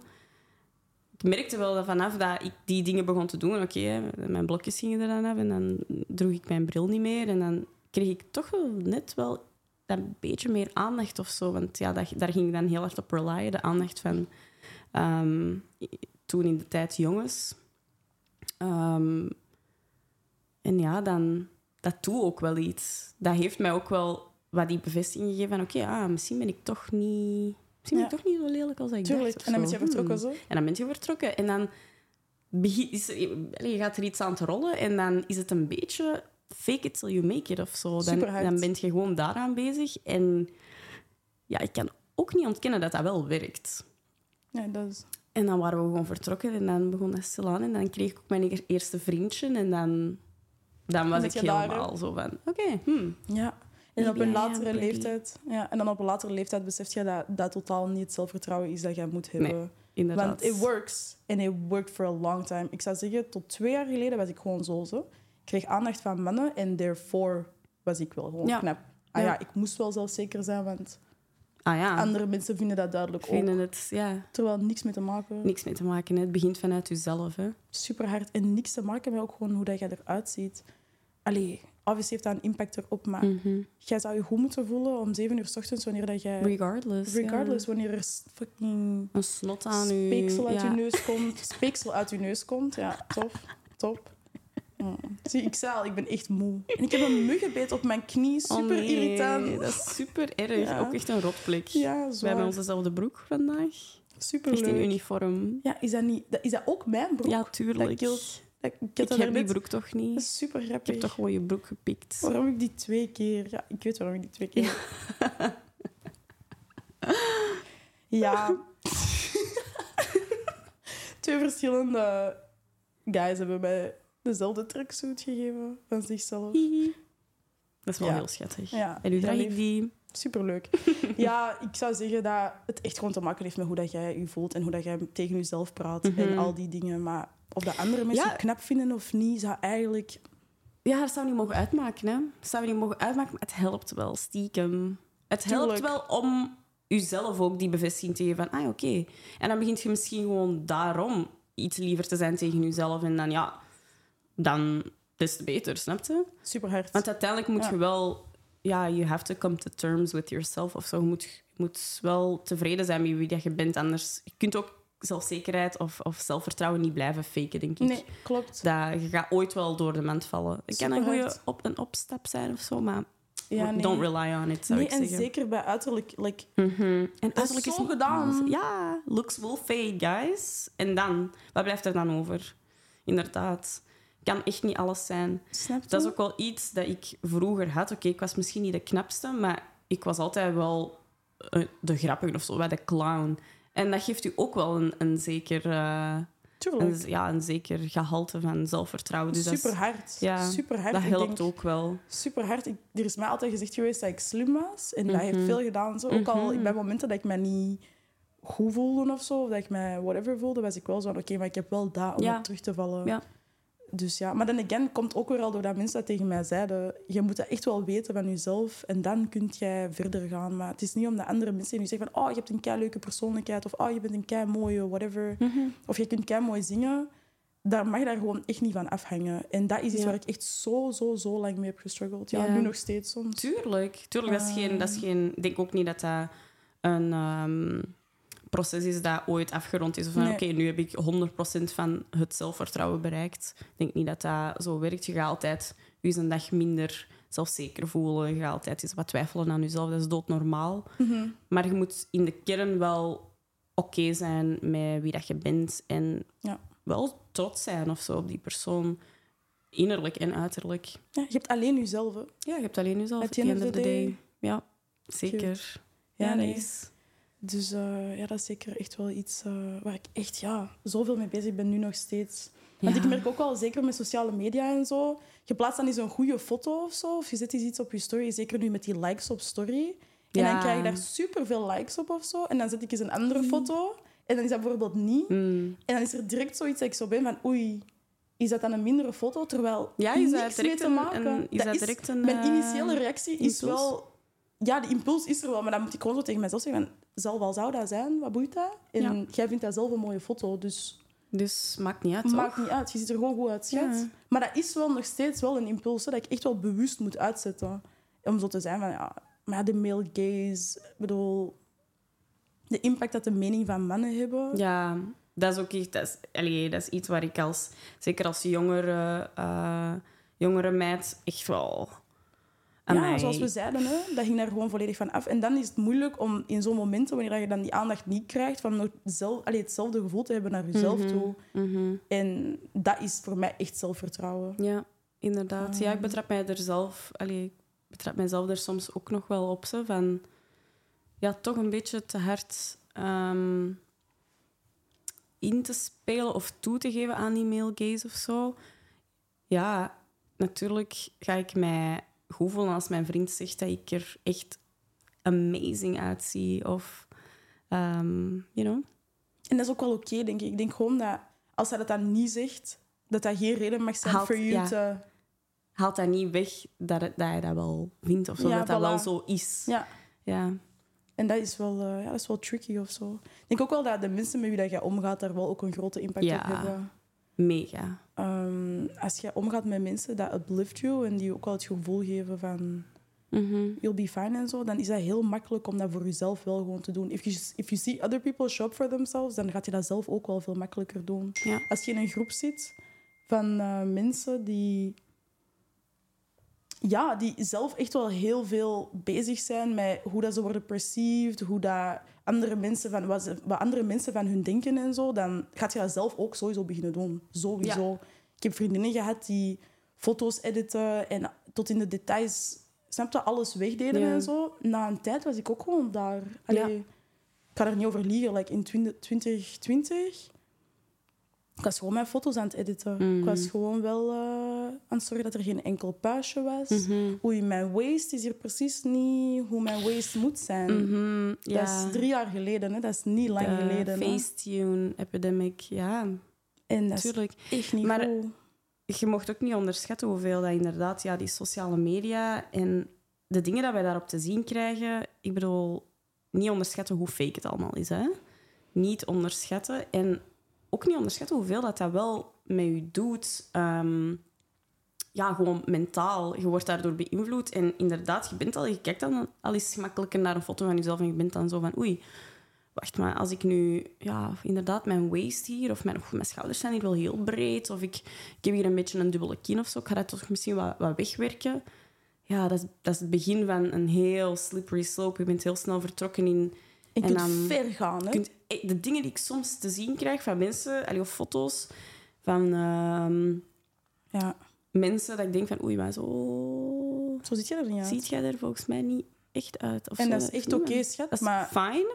Speaker 2: Ik merkte wel dat vanaf dat ik die dingen begon te doen... Oké, hè, mijn blokjes gingen er dan af en dan droeg ik mijn bril niet meer. En dan kreeg ik toch wel net wel een beetje meer aandacht of zo. Want ja, dat, daar ging ik dan heel hard op relyen. De aandacht van ehm, toen in de tijd jongens. Ehm, en ja, dan, dat doet ook wel iets. Dat heeft mij ook wel wat die bevestiging gegeven van... Oké, ah, misschien ben ik toch niet... Misschien ben ik
Speaker 3: Ja.
Speaker 2: toch niet zo lelijk als dat ik
Speaker 3: Tuurlijk.
Speaker 2: dacht. of
Speaker 3: En dan ben je
Speaker 2: zo. Hmm.
Speaker 3: vertrokken zo.
Speaker 2: En dan ben je vertrokken. En dan begin- is, je gaat er iets aan te rollen en dan is het een beetje fake it till you make it of zo. Dan,
Speaker 3: Superhard.
Speaker 2: dan ben je gewoon daaraan bezig. En ja, ik kan ook niet ontkennen dat dat wel werkt.
Speaker 3: Ja, dat is...
Speaker 2: En dan waren we gewoon vertrokken en dan begon dat stilaan. En dan kreeg ik ook mijn eerste vriendje en dan, dan was
Speaker 3: Zit
Speaker 2: ik
Speaker 3: je daar, hè?
Speaker 2: helemaal zo van... Oké, hmm,
Speaker 3: Ja. En op
Speaker 2: Ja,
Speaker 3: een latere
Speaker 2: baby.
Speaker 3: leeftijd... Ja, en dan op een latere leeftijd besef je dat dat totaal niet het zelfvertrouwen is dat jij moet hebben.
Speaker 2: inderdaad.
Speaker 3: Want it works. En it worked for a long time. Ik zou zeggen, tot twee jaar geleden was ik gewoon zo. zo. Ik kreeg aandacht van mannen en therefore was ik wel gewoon
Speaker 2: Ja.
Speaker 3: knap. Ah ja.
Speaker 2: Ja.
Speaker 3: ik moest wel zelfzeker zijn, want
Speaker 2: ah ja,
Speaker 3: andere mensen vinden dat duidelijk
Speaker 2: vinden
Speaker 3: ook.
Speaker 2: het ja,
Speaker 3: Terwijl niks mee te maken.
Speaker 2: niks mee te maken. hè. Het begint vanuit jezelf, hè.
Speaker 3: Super hard. En niks te maken met ook gewoon hoe dat jij eruit ziet. Allee, obviously heeft dat een impact erop, maar
Speaker 2: Mhm.
Speaker 3: jij zou je goed moeten voelen om zeven uur s ochtends wanneer dat jij...
Speaker 2: Regardless. ja.
Speaker 3: Eh, Regardless, wanneer er s- fucking
Speaker 2: Een snot aan u.
Speaker 3: speeksel uit
Speaker 2: ja.
Speaker 3: je neus komt. Speeksel uit je neus komt. Ja, top. Top. Mm. Zie, ik zei al, ik ben echt moe. En ik heb een muggenbeet op mijn knie.
Speaker 2: Oh
Speaker 3: Super
Speaker 2: nee,
Speaker 3: irritant.
Speaker 2: Dat is super erg.
Speaker 3: Ja.
Speaker 2: Ook echt een rotplek.
Speaker 3: Ja,
Speaker 2: We hebben
Speaker 3: zwaar.
Speaker 2: onze dezelfde broek vandaag.
Speaker 3: Super
Speaker 2: Echt in
Speaker 3: leuk.
Speaker 2: uniform.
Speaker 3: Ja, is dat, niet, dat, is dat ook mijn broek?
Speaker 2: Ja, tuurlijk.
Speaker 3: Dat kilt. Dat- ik heb,
Speaker 2: ik
Speaker 3: dat
Speaker 2: heb die
Speaker 3: daarnet-
Speaker 2: broek toch
Speaker 3: Dat
Speaker 2: niet.
Speaker 3: is super Oh.
Speaker 2: Ik heb
Speaker 3: grappig.
Speaker 2: toch gewoon je broek gepikt.
Speaker 3: Waarom heb ik die twee keer? Ja, ik weet waarom ik die twee keer. Ja. twee verschillende guys hebben mij dezelfde tracksuit gegeven van zichzelf.
Speaker 2: Hihi. Dat is wel
Speaker 3: Ja.
Speaker 2: heel schattig.
Speaker 3: Ja,
Speaker 2: En nu
Speaker 3: heel
Speaker 2: draag ik
Speaker 3: lief.
Speaker 2: die.
Speaker 3: Superleuk. Ja, ik zou zeggen dat het echt gewoon te maken heeft met hoe dat jij je voelt en hoe dat jij tegen jezelf praat en
Speaker 2: Mhm.
Speaker 3: al die dingen. Maar of dat andere mensen
Speaker 2: Ja.
Speaker 3: je knap vinden of niet, zou eigenlijk...
Speaker 2: Ja, dat zou niet mogen uitmaken, hè. Dat zou niet mogen uitmaken, maar het helpt wel, stiekem. Het helpt
Speaker 3: Tuurlijk.
Speaker 2: wel om jezelf ook die bevestiging te geven van, ah, oké. En dan begint je misschien gewoon daarom iets liever te zijn tegen jezelf. En dan, ja, dan des te beter, snap je?
Speaker 3: Super hard.
Speaker 2: Want uiteindelijk moet
Speaker 3: Ja.
Speaker 2: je wel... Ja, you have to come to terms with yourself of zo. Je moet, je moet wel tevreden zijn met wie dat je bent. Anders, je kunt ook zelfzekerheid of, of zelfvertrouwen niet blijven faken, denk ik.
Speaker 3: Nee, klopt.
Speaker 2: Dat, je gaat ooit wel door de mand vallen. Het kan een goede
Speaker 3: Superhard.
Speaker 2: op- een opstap zijn of zo, maar
Speaker 3: Ja, nee.
Speaker 2: don't rely on it, zou
Speaker 3: nee,
Speaker 2: ik
Speaker 3: en
Speaker 2: zeggen.
Speaker 3: zeker bij uiterlijk... Like,
Speaker 2: Mhm. En
Speaker 3: is
Speaker 2: uiterlijk
Speaker 3: zo
Speaker 2: niet
Speaker 3: gedaan.
Speaker 2: alles. Ja, looks will fade, guys. En dan, wat blijft er dan over? Inderdaad, kan echt niet alles zijn.
Speaker 3: snap je?
Speaker 2: Dat is ook wel iets dat ik vroeger had. Oké, ik was misschien niet de knapste, maar ik was altijd wel eh, de grappige of zo, wel de clown. En dat geeft u ook wel een, een zeker... eh,
Speaker 3: Tuurlijk.
Speaker 2: een, ja, een zeker gehalte van zelfvertrouwen. Dus dat is-
Speaker 3: super hard.
Speaker 2: ja,
Speaker 3: super hard.
Speaker 2: dat
Speaker 3: Ik
Speaker 2: helpt
Speaker 3: denk,
Speaker 2: ook wel.
Speaker 3: Super hard. Ik, er is mij altijd gezegd geweest dat ik slim was. En dat
Speaker 2: Mhm.
Speaker 3: heeft veel gedaan. Zo. Ook al bij momenten dat ik me niet goed voelde of zo. Of dat ik me whatever voelde, was ik wel zo van... Oké, maar ik heb wel dat om
Speaker 2: Ja.
Speaker 3: op terug te vallen.
Speaker 2: Ja.
Speaker 3: Dus ja. Maar dan again komt ook weer al doordat mensen dat tegen mij zeiden. Je moet dat echt wel weten van jezelf. En dan kun jij verder gaan. Maar het is niet omdat andere mensen nu zeggen van... Oh, je hebt een kei leuke persoonlijkheid. Of oh, je bent een kei mooie, whatever. Of je kunt kei mooi zingen. Daar mag je daar gewoon echt niet van afhangen. En dat is iets
Speaker 2: Ja.
Speaker 3: waar ik echt zo, zo, zo lang mee heb gestruggeld. Ja,
Speaker 2: Ja.
Speaker 3: nu nog steeds soms.
Speaker 2: Tuurlijk. Tuurlijk, dat is geen...
Speaker 3: Ah.
Speaker 2: Dat is geen ik denk ook niet dat dat een ehm, proces is dat ooit afgerond is. Of van,
Speaker 3: Nee.
Speaker 2: oké, nu heb ik 100% van het zelfvertrouwen bereikt. Ik denk niet dat dat zo werkt. Je gaat altijd je eens een dag minder zelfzeker voelen. Je gaat altijd eens wat twijfelen aan jezelf. Dat is doodnormaal.
Speaker 3: Mhm.
Speaker 2: Maar je moet in de kern wel oké zijn met wie dat je bent. En
Speaker 3: Ja.
Speaker 2: wel trots zijn of zo op die persoon. Innerlijk en uiterlijk.
Speaker 3: Ja, je hebt alleen jezelf. hè.
Speaker 2: Ja, je hebt alleen jezelf
Speaker 3: At
Speaker 2: at
Speaker 3: the
Speaker 2: the
Speaker 3: end
Speaker 2: end
Speaker 3: of
Speaker 2: of
Speaker 3: the
Speaker 2: the
Speaker 3: day.
Speaker 2: day. Ja, zeker.
Speaker 3: Ja,
Speaker 2: Ja,
Speaker 3: nee.
Speaker 2: dat is...
Speaker 3: Dus eh, ja, dat is zeker echt wel iets eh, waar ik echt ja, zoveel mee bezig ben nu nog steeds. Want
Speaker 2: Ja.
Speaker 3: ik merk ook wel, zeker met sociale media en zo, je plaatst dan eens een goede foto of zo, of je zet eens iets op je story, zeker nu met die likes op story. En
Speaker 2: Ja.
Speaker 3: dan krijg je daar superveel likes op of zo. En dan zet ik eens een andere foto, en dan is dat bijvoorbeeld niet.
Speaker 2: Mm.
Speaker 3: En dan is er direct zoiets dat ik zo ben van, oei, is dat dan een mindere foto? Terwijl
Speaker 2: Ja, is
Speaker 3: niks
Speaker 2: dat
Speaker 3: mee
Speaker 2: direct
Speaker 3: te
Speaker 2: een-
Speaker 3: maken.
Speaker 2: een- is dat
Speaker 3: is-
Speaker 2: direct een,
Speaker 3: mijn
Speaker 2: eh,
Speaker 3: initiële reactie is
Speaker 2: impuls?
Speaker 3: wel... Ja, de impuls is er wel, maar dan moet ik gewoon zo tegen mezelf zeggen van, zal wel zou dat zijn, wat boeit dat? En
Speaker 2: Ja.
Speaker 3: jij vindt dat zelf een mooie foto, dus
Speaker 2: Dus maakt niet uit,
Speaker 3: maakt
Speaker 2: toch?
Speaker 3: niet uit. Je ziet er gewoon goed uit, schat.
Speaker 2: Ja.
Speaker 3: Maar dat is wel nog steeds wel een impuls hè, dat ik echt wel bewust moet uitzetten. Om zo te zijn van, ja, maar ja, de male gaze, ik bedoel... De impact dat de mening van mannen hebben.
Speaker 2: Ja, dat is ook echt... Dat is, allee, dat is iets waar ik als... Zeker als jongere, eh, jongere meid echt wel... aan
Speaker 3: Ja,
Speaker 2: mij-
Speaker 3: zoals we zeiden, hè, dat ging daar gewoon volledig van af. En dan is het moeilijk om in zo'n momenten, wanneer je dan die aandacht niet krijgt, van nog zelf, allee, hetzelfde gevoel te hebben naar jezelf toe.
Speaker 2: Mhm.
Speaker 3: En dat is voor mij echt zelfvertrouwen.
Speaker 2: Ja, inderdaad.
Speaker 3: Ah.
Speaker 2: Ja, ik betrap mij er zelf... Allee, ik betrap mijzelf er soms ook nog wel op, zo, van... Ja, toch een beetje te hard ehm, in te spelen of toe te geven aan die male gaze of zo. Ja, natuurlijk ga ik mij goed voelen als mijn vriend zegt dat ik er echt amazing uitzie. Of, ehm, you know.
Speaker 3: En dat is ook wel oké, denk ik. Ik denk gewoon dat als hij dat dan niet zegt, dat dat geen reden mag zijn
Speaker 2: Haalt-
Speaker 3: voor jou
Speaker 2: ja.
Speaker 3: te...
Speaker 2: Haalt dat niet weg dat, het- dat hij dat wel vindt of zo,
Speaker 3: Ja,
Speaker 2: dat dat
Speaker 3: voilà.
Speaker 2: wel zo is.
Speaker 3: Ja.
Speaker 2: ja.
Speaker 3: En dat is, wel, eh, ja, dat is wel tricky of zo. Ik denk ook wel dat de mensen met wie dat jij omgaat daar wel ook een grote impact
Speaker 2: Ja.
Speaker 3: op hebben.
Speaker 2: Mega.
Speaker 3: Ehm, als je omgaat met mensen dat uplift you en die je ook wel het gevoel geven van... you'll be fine en zo, dan is dat heel makkelijk om dat voor jezelf wel gewoon te doen. If you, if you see other people shop for themselves, dan gaat je dat zelf ook wel veel makkelijker doen.
Speaker 2: Ja.
Speaker 3: Als je in een groep zit van eh, mensen die, ja, die zelf echt wel heel veel bezig zijn met hoe dat ze worden perceived, hoe dat andere mensen van, wat, ze- wat andere mensen van hun denken en zo, dan gaat je dat zelf ook sowieso beginnen doen. Sowieso. Ik heb vriendinnen gehad die foto's editen en tot in de details, snap je, alles wegdeden
Speaker 2: Ja.
Speaker 3: en zo. Na een tijd was ik ook gewoon daar. Allee,
Speaker 2: Ja.
Speaker 3: Ik kan er niet over liegen. Like in 20 2020, ik was gewoon mijn foto's aan het editen. Ik
Speaker 2: Mhm.
Speaker 3: was gewoon wel eh, aan het zorgen dat er geen enkel puistje was.
Speaker 2: Mhm.
Speaker 3: Oei, mijn waist is hier precies niet hoe mijn waist moet zijn.
Speaker 2: Mhm, ja.
Speaker 3: Dat is drie jaar geleden, hè. dat is niet lang
Speaker 2: De
Speaker 3: geleden. hè.
Speaker 2: Facetune, Epidemic, ja,
Speaker 3: En dat
Speaker 2: natuurlijk.
Speaker 3: is echt niet
Speaker 2: Maar-
Speaker 3: goed.
Speaker 2: Je mocht ook niet onderschatten hoeveel dat inderdaad, ja, die sociale media en de dingen dat wij daarop te zien krijgen, ik bedoel, niet onderschatten hoe fake het allemaal is, hè. Niet onderschatten en ook niet onderschatten hoeveel dat dat wel met je doet. Ehm, ja, gewoon mentaal. Je wordt daardoor beïnvloed. En inderdaad, je bent al, je kijkt dan al eens makkelijker naar een foto van jezelf en je bent dan zo van, oei, wacht maar, als ik nu, ja, inderdaad, mijn waist hier of mijn, oeh, mijn schouders zijn hier wel heel breed of ik, ik heb hier een beetje een dubbele kin of zo, ik ga dat toch misschien wat, wat wegwerken. Ja, dat is, dat is het begin van een heel slippery slope. Je bent heel snel vertrokken in...
Speaker 3: Je
Speaker 2: en
Speaker 3: kunt
Speaker 2: dan-
Speaker 3: ver gaan. Hè.
Speaker 2: je kunt- eh, de dingen die ik soms te zien krijg van mensen, allee, of foto's van ehm,
Speaker 3: Ja,
Speaker 2: mensen, dat ik denk van oei, maar zo
Speaker 3: zo zit je er niet uit.
Speaker 2: ziet jij er volgens mij niet echt uit. Of
Speaker 3: En
Speaker 2: zo,
Speaker 3: dat is echt
Speaker 2: niet,
Speaker 3: oké,
Speaker 2: man.
Speaker 3: schat,
Speaker 2: Dat is
Speaker 3: maar-
Speaker 2: fijn,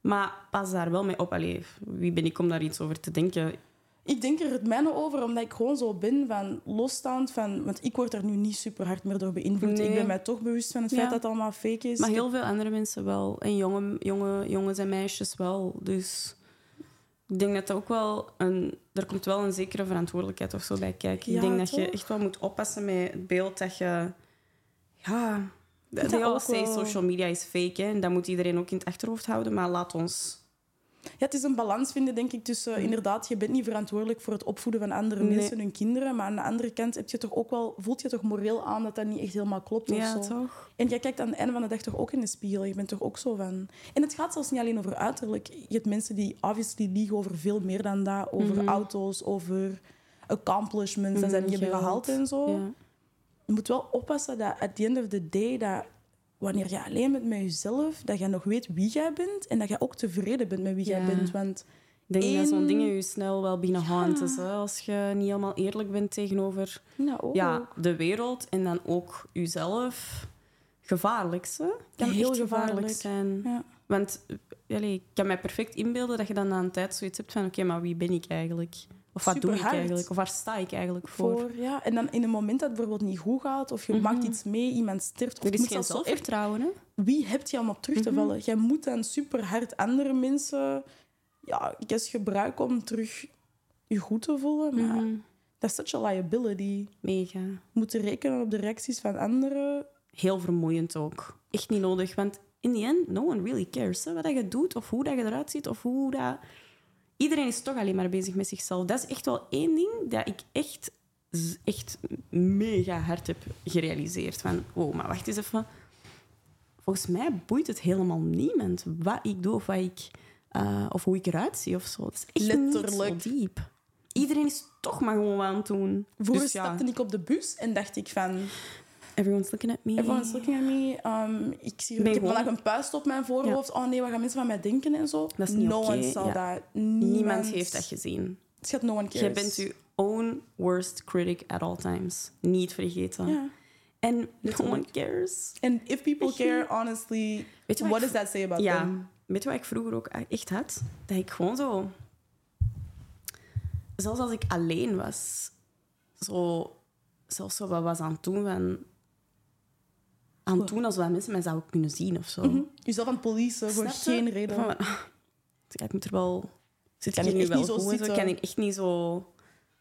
Speaker 2: maar pas daar wel mee op. Allee, wie ben ik om daar iets over te denken?
Speaker 3: Ik denk er het mijne over, omdat ik gewoon zo ben van losstaand van... Want ik word er nu niet super hard meer door beïnvloed.
Speaker 2: Nee.
Speaker 3: Ik ben mij toch bewust van het
Speaker 2: Ja.
Speaker 3: feit dat het allemaal fake is.
Speaker 2: Maar heel veel andere mensen wel. En jonge, jonge, jongens en meisjes wel. Dus ik denk dat dat ook wel een... Er komt wel een zekere verantwoordelijkheid of zo bij kijken.
Speaker 3: Ja,
Speaker 2: ik denk dat je
Speaker 3: toch?
Speaker 2: echt wel moet oppassen met het beeld dat je... Ja...
Speaker 3: dat
Speaker 2: Dat heel
Speaker 3: ook
Speaker 2: veel
Speaker 3: wel.
Speaker 2: social media is fake, hè. En dat moet iedereen ook in het achterhoofd houden. Maar laat ons...
Speaker 3: Ja, het is een balans vinden, denk ik, tussen... Inderdaad, je bent niet verantwoordelijk voor het opvoeden van andere
Speaker 2: Mhm. Nee.
Speaker 3: mensen, hun kinderen. Maar aan de andere kant heb je toch ook wel, voelt je toch moreel aan dat dat niet echt helemaal klopt of
Speaker 2: Ja,
Speaker 3: zo.
Speaker 2: toch?
Speaker 3: En jij kijkt aan het einde van de dag toch ook in de spiegel. Je bent toch ook zo van... En het gaat zelfs niet alleen over uiterlijk. Je hebt mensen die obviously liegen over veel meer dan dat. Over auto's, over accomplishments dat ze
Speaker 2: Mhm,
Speaker 3: niet hebben
Speaker 2: geld.
Speaker 3: gehaald en zo.
Speaker 2: Ja.
Speaker 3: Je moet wel oppassen dat at the end of the day... Dat wanneer je alleen bent met jezelf, dat jij nog weet wie jij bent. En dat jij ook tevreden bent met wie
Speaker 2: Ja.
Speaker 3: jij bent. Want
Speaker 2: Ik denk dat zo'n
Speaker 3: Eén-
Speaker 2: dingen je snel wel binnen haunten, hè, als je niet helemaal eerlijk bent tegenover
Speaker 3: ja, ook.
Speaker 2: ja, de wereld en dan ook jezelf. Gevaarlijk, hè? Kan
Speaker 3: Heel
Speaker 2: echt
Speaker 3: gevaarlijk.
Speaker 2: zijn.
Speaker 3: Ja.
Speaker 2: Want eh, allee, ik kan mij perfect inbeelden dat je dan na een tijd zoiets hebt van... Oké, maar wie ben ik eigenlijk? Of wat doe ik
Speaker 3: Superhard.
Speaker 2: eigenlijk? Of waar sta ik eigenlijk voor? Mhm.
Speaker 3: Voor, ja. En dan in een moment dat het bijvoorbeeld niet goed gaat, of je maakt iets mee, iemand sterft, of
Speaker 2: Er
Speaker 3: je
Speaker 2: is
Speaker 3: moet
Speaker 2: geen Mhm.
Speaker 3: zelfs zo echt
Speaker 2: zelfvertrouwen, hè?
Speaker 3: wie heb je om op terug te vallen? Jij moet dan super hard andere mensen ja, ik guess gebruiken om terug je goed te voelen. Maar
Speaker 2: Mhm.
Speaker 3: dat is such a liability.
Speaker 2: Mega.
Speaker 3: Je moet rekenen op de reacties van anderen.
Speaker 2: Heel vermoeiend ook. Echt niet nodig, want in the end, no one really cares. Hè? Wat dat je doet, of hoe dat je eruit ziet, of hoe dat... Iedereen is toch alleen maar bezig met zichzelf. Dat is echt wel één ding dat ik echt, z- echt mega hard heb gerealiseerd. Van, wow, maar wacht eens even. Volgens mij boeit het helemaal niemand wat ik doe of, wat ik, eh, of hoe ik eruit zie of zo. Het is echt
Speaker 3: Letterlijk.
Speaker 2: niet zo diep. Iedereen is toch maar gewoon wat aan het doen.
Speaker 3: Vroeger
Speaker 2: Dus ja.
Speaker 3: stapte ik op de bus en dacht ik van...
Speaker 2: Everyone's looking at me.
Speaker 3: Everyone's looking at me. um, ik, zie,
Speaker 2: Ben
Speaker 3: ik heb
Speaker 2: gewoon-
Speaker 3: vandaag een puist op mijn voorhoofd. Oh nee, wat gaan mensen van mij denken en zo?
Speaker 2: Dat is niet
Speaker 3: no
Speaker 2: oké,
Speaker 3: one saw
Speaker 2: ja.
Speaker 3: that. Niemand,
Speaker 2: Niemand heeft dat gezien.
Speaker 3: Het gaat no one cares.
Speaker 2: Je bent je own worst critic at all times. Niet vergeten.
Speaker 3: Ja.
Speaker 2: En no one
Speaker 3: Letterlijk.
Speaker 2: cares.
Speaker 3: And if people
Speaker 2: Echt
Speaker 3: care, honestly,
Speaker 2: Weet je wat
Speaker 3: what
Speaker 2: ik
Speaker 3: does that say about them?
Speaker 2: Ja. Weet je wat ik vroeger ook e- echt had? Dat ik gewoon zo... Zelfs als ik alleen was, zo... Zelfs zo wat was aan het doen van... Aan het doen als wat mensen mij zouden kunnen zien of zo.
Speaker 3: Jezelf aan het policen voor
Speaker 2: Snap je?
Speaker 3: geen reden.
Speaker 2: Van, ah, ik moet er wel... Zit
Speaker 3: kan
Speaker 2: hier
Speaker 3: hier
Speaker 2: nu
Speaker 3: echt
Speaker 2: wel
Speaker 3: niet zo
Speaker 2: goed en zo? Ik kan
Speaker 3: zitten.
Speaker 2: hier echt niet zo...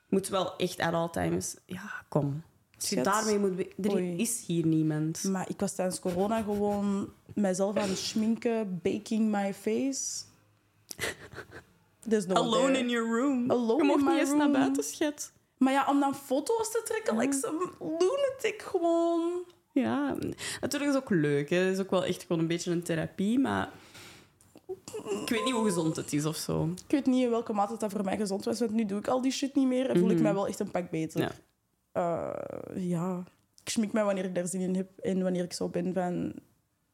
Speaker 2: Ik moet wel echt at all times... Ja, kom. Als je
Speaker 3: Schat.
Speaker 2: daarmee moet... be- Er
Speaker 3: Oei.
Speaker 2: is hier niemand.
Speaker 3: Maar ik was tijdens corona gewoon mijzelf aan het schminken, baking my face. There's no one there.
Speaker 2: your room.
Speaker 3: Alone
Speaker 2: je mocht
Speaker 3: in
Speaker 2: niet
Speaker 3: my
Speaker 2: eens
Speaker 3: room.
Speaker 2: naar buiten, schat.
Speaker 3: Maar ja, om dan foto's te trekken, like
Speaker 2: Mhm.
Speaker 3: some lunatic gewoon.
Speaker 2: Ja. Natuurlijk is ook leuk, hè. Het is ook wel echt gewoon een beetje een therapie, maar... Ik weet niet hoe gezond het is of zo.
Speaker 3: Ik weet niet in welke mate dat voor mij gezond was, want nu doe ik al die shit niet meer en voel ik mij wel echt een pak beter.
Speaker 2: Mhm. Ja.
Speaker 3: Eh, ja. Ik schmink mij wanneer ik daar zin in heb en wanneer ik zo ben van...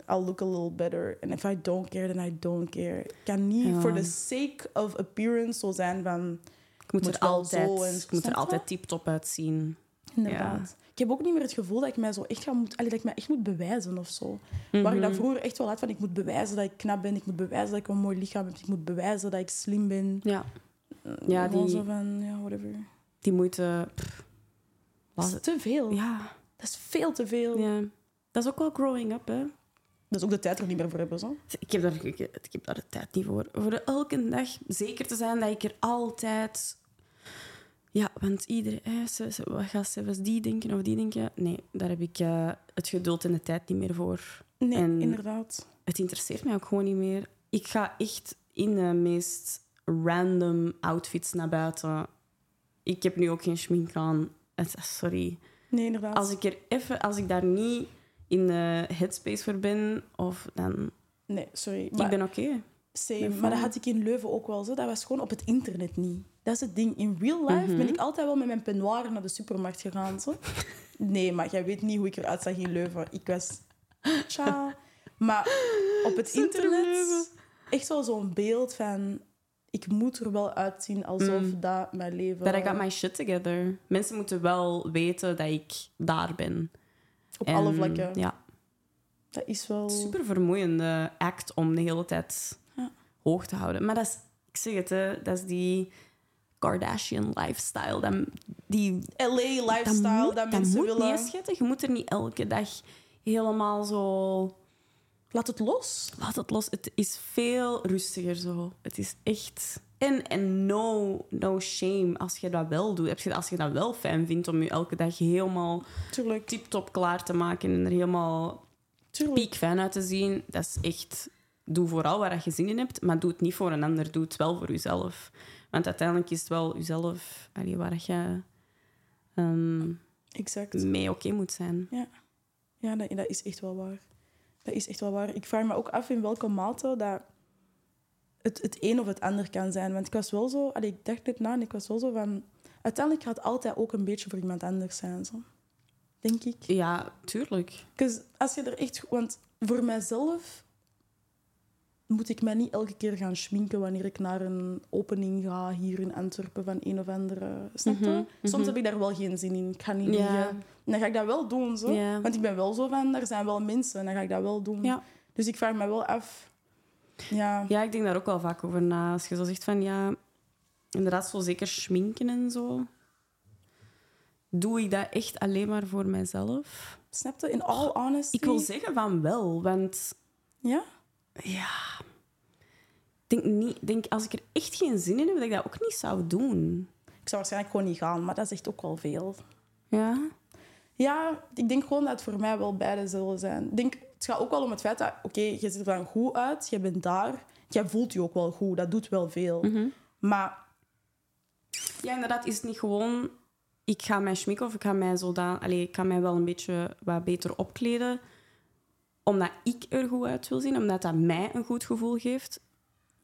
Speaker 3: I'll look a little better. And if I don't care, then I don't care. Ik kan niet
Speaker 2: Ja.
Speaker 3: for the sake of appearance zo zijn van...
Speaker 2: Ik moet,
Speaker 3: Moet
Speaker 2: er
Speaker 3: wel
Speaker 2: altijd,
Speaker 3: zo en-
Speaker 2: ik moet
Speaker 3: Snap
Speaker 2: er
Speaker 3: je?
Speaker 2: altijd tip-top uitzien.
Speaker 3: Inderdaad. Ik heb ook niet meer het gevoel dat ik mij zo echt ga moet, allee, dat ik mij echt moet bewijzen of zo.
Speaker 2: Mhm.
Speaker 3: Waar ik dat vroeger echt wel had van ik moet bewijzen dat ik knap ben, ik moet bewijzen dat ik een mooi lichaam heb, ik moet bewijzen dat ik slim ben.
Speaker 2: Ja. Ja,
Speaker 3: Gewoon
Speaker 2: die-
Speaker 3: zo van ja, whatever.
Speaker 2: Die moeite... pff,
Speaker 3: Dat
Speaker 2: laat
Speaker 3: is
Speaker 2: het.
Speaker 3: te veel.
Speaker 2: Ja.
Speaker 3: Dat is veel te veel.
Speaker 2: ja. Dat is ook wel growing up, hè.
Speaker 3: Dat is ook de tijd er niet meer voor hebben, zo.
Speaker 2: Ik heb, daar, ik, ik heb daar de tijd niet voor. Voor elke dag zeker te zijn dat ik er altijd. Ja, want iedereen. eh, ze- ze- Wat gaat ze was die denken of die denken? Nee, daar heb ik eh, het geduld en de tijd niet meer voor.
Speaker 3: Nee,
Speaker 2: En-
Speaker 3: inderdaad.
Speaker 2: Het interesseert mij ook gewoon niet meer. Ik ga echt in de meest random outfits naar buiten. Ik heb nu ook geen schmink aan. Het- Sorry
Speaker 3: Nee, inderdaad.
Speaker 2: als ik er even, als ik daar niet in de headspace voor ben, of dan.
Speaker 3: Nee, sorry.
Speaker 2: ik
Speaker 3: Maar,
Speaker 2: ben oké.
Speaker 3: same.
Speaker 2: ben
Speaker 3: maar dat
Speaker 2: fine.
Speaker 3: had ik in Leuven ook wel zo. Dat was gewoon op het internet niet. Dat is het ding. In real life ben ik altijd wel met mijn peignoir naar de supermarkt gegaan. Zo. Nee, maar jij weet niet hoe ik eruit zag in Leuven. Ik was... Tja. Maar op het
Speaker 2: Leuven.
Speaker 3: internet... Echt wel zo'n beeld van... Ik moet er wel uitzien alsof dat mijn leven...
Speaker 2: But I got my shit together. Mensen moeten wel weten dat ik daar ben.
Speaker 3: op
Speaker 2: En,
Speaker 3: alle vlakken.
Speaker 2: Ja.
Speaker 3: Dat is wel...
Speaker 2: Super vermoeiende act om de hele tijd
Speaker 3: Ja.
Speaker 2: hoog te houden. Maar dat is, ik zeg het, hè, dat is die Kardashian lifestyle. Dat, die
Speaker 3: LA lifestyle
Speaker 2: dat
Speaker 3: dat,
Speaker 2: moet,
Speaker 3: mensen
Speaker 2: moet
Speaker 3: willen.
Speaker 2: niet eens schieten. Je moet er niet elke dag helemaal zo...
Speaker 3: Laat het los.
Speaker 2: Laat het los. Het is veel rustiger zo. Het is echt... En, en no, no shame als je dat wel doet. Heb je- Als je dat wel fijn vindt om je elke dag helemaal
Speaker 3: Tuurlijk.
Speaker 2: tip-top klaar te maken en er helemaal
Speaker 3: Tuurlijk.
Speaker 2: piek fijn uit te zien, dat is echt... Doe vooral waar je zin in hebt, maar doe het niet voor een ander. Doe het wel voor jezelf. Want uiteindelijk is het wel jezelf allee, waar je ehm,
Speaker 3: Exact.
Speaker 2: mee oké moet zijn.
Speaker 3: Ja, dat, dat is echt wel waar. Dat is echt wel waar. Ik vraag me ook af in welke mate dat het, het een of het ander kan zijn. Want ik was wel zo... Allee, ik dacht net na en ik was wel zo van... Uiteindelijk gaat het altijd ook een beetje voor iemand anders zijn. Zo. Denk ik.
Speaker 2: Ja, tuurlijk.
Speaker 3: 'Cause als je er echt... Want voor mijzelf moet ik mij niet elke keer gaan schminken wanneer ik naar een opening ga hier in Antwerpen van een of andere. Snap je? Soms heb ik daar wel geen zin in. Ik ga niet
Speaker 2: Mhm, Ja.
Speaker 3: liegen. En dan ga ik dat wel doen. Zo.
Speaker 2: Ja.
Speaker 3: Want ik ben wel zo van, er zijn wel mensen. En dan ga ik dat wel doen.
Speaker 2: Ja.
Speaker 3: Dus ik vraag me wel af... Ja,
Speaker 2: Ja, ik denk daar ook wel vaak over na. Als je zo zegt van ja, inderdaad, zo zeker schminken en zo. Doe ik dat echt alleen maar voor mijzelf?
Speaker 3: Snap je? In all honesty.
Speaker 2: Ik wil zeggen van wel, want
Speaker 3: Ja?
Speaker 2: ja. Ik denk niet, denk als ik er echt geen zin in heb, dat ik dat ook niet zou doen.
Speaker 3: Ik zou waarschijnlijk gewoon niet gaan, maar dat is echt ook wel veel.
Speaker 2: Ja.
Speaker 3: Ja, ik denk gewoon dat het voor mij wel beide zullen zijn. Ik denk, het gaat ook wel om het feit dat, oké, je ziet er dan goed uit, je bent daar, jij voelt je ook wel goed, dat doet wel veel.
Speaker 2: Mhm.
Speaker 3: Maar
Speaker 2: Ja, inderdaad, is het niet gewoon... Ik ga mij schmikken of ik ga mij, zodan, allee, ik ga mij wel een beetje wat beter opkleden. Omdat ik er goed uit wil zien. Omdat dat mij een goed gevoel geeft.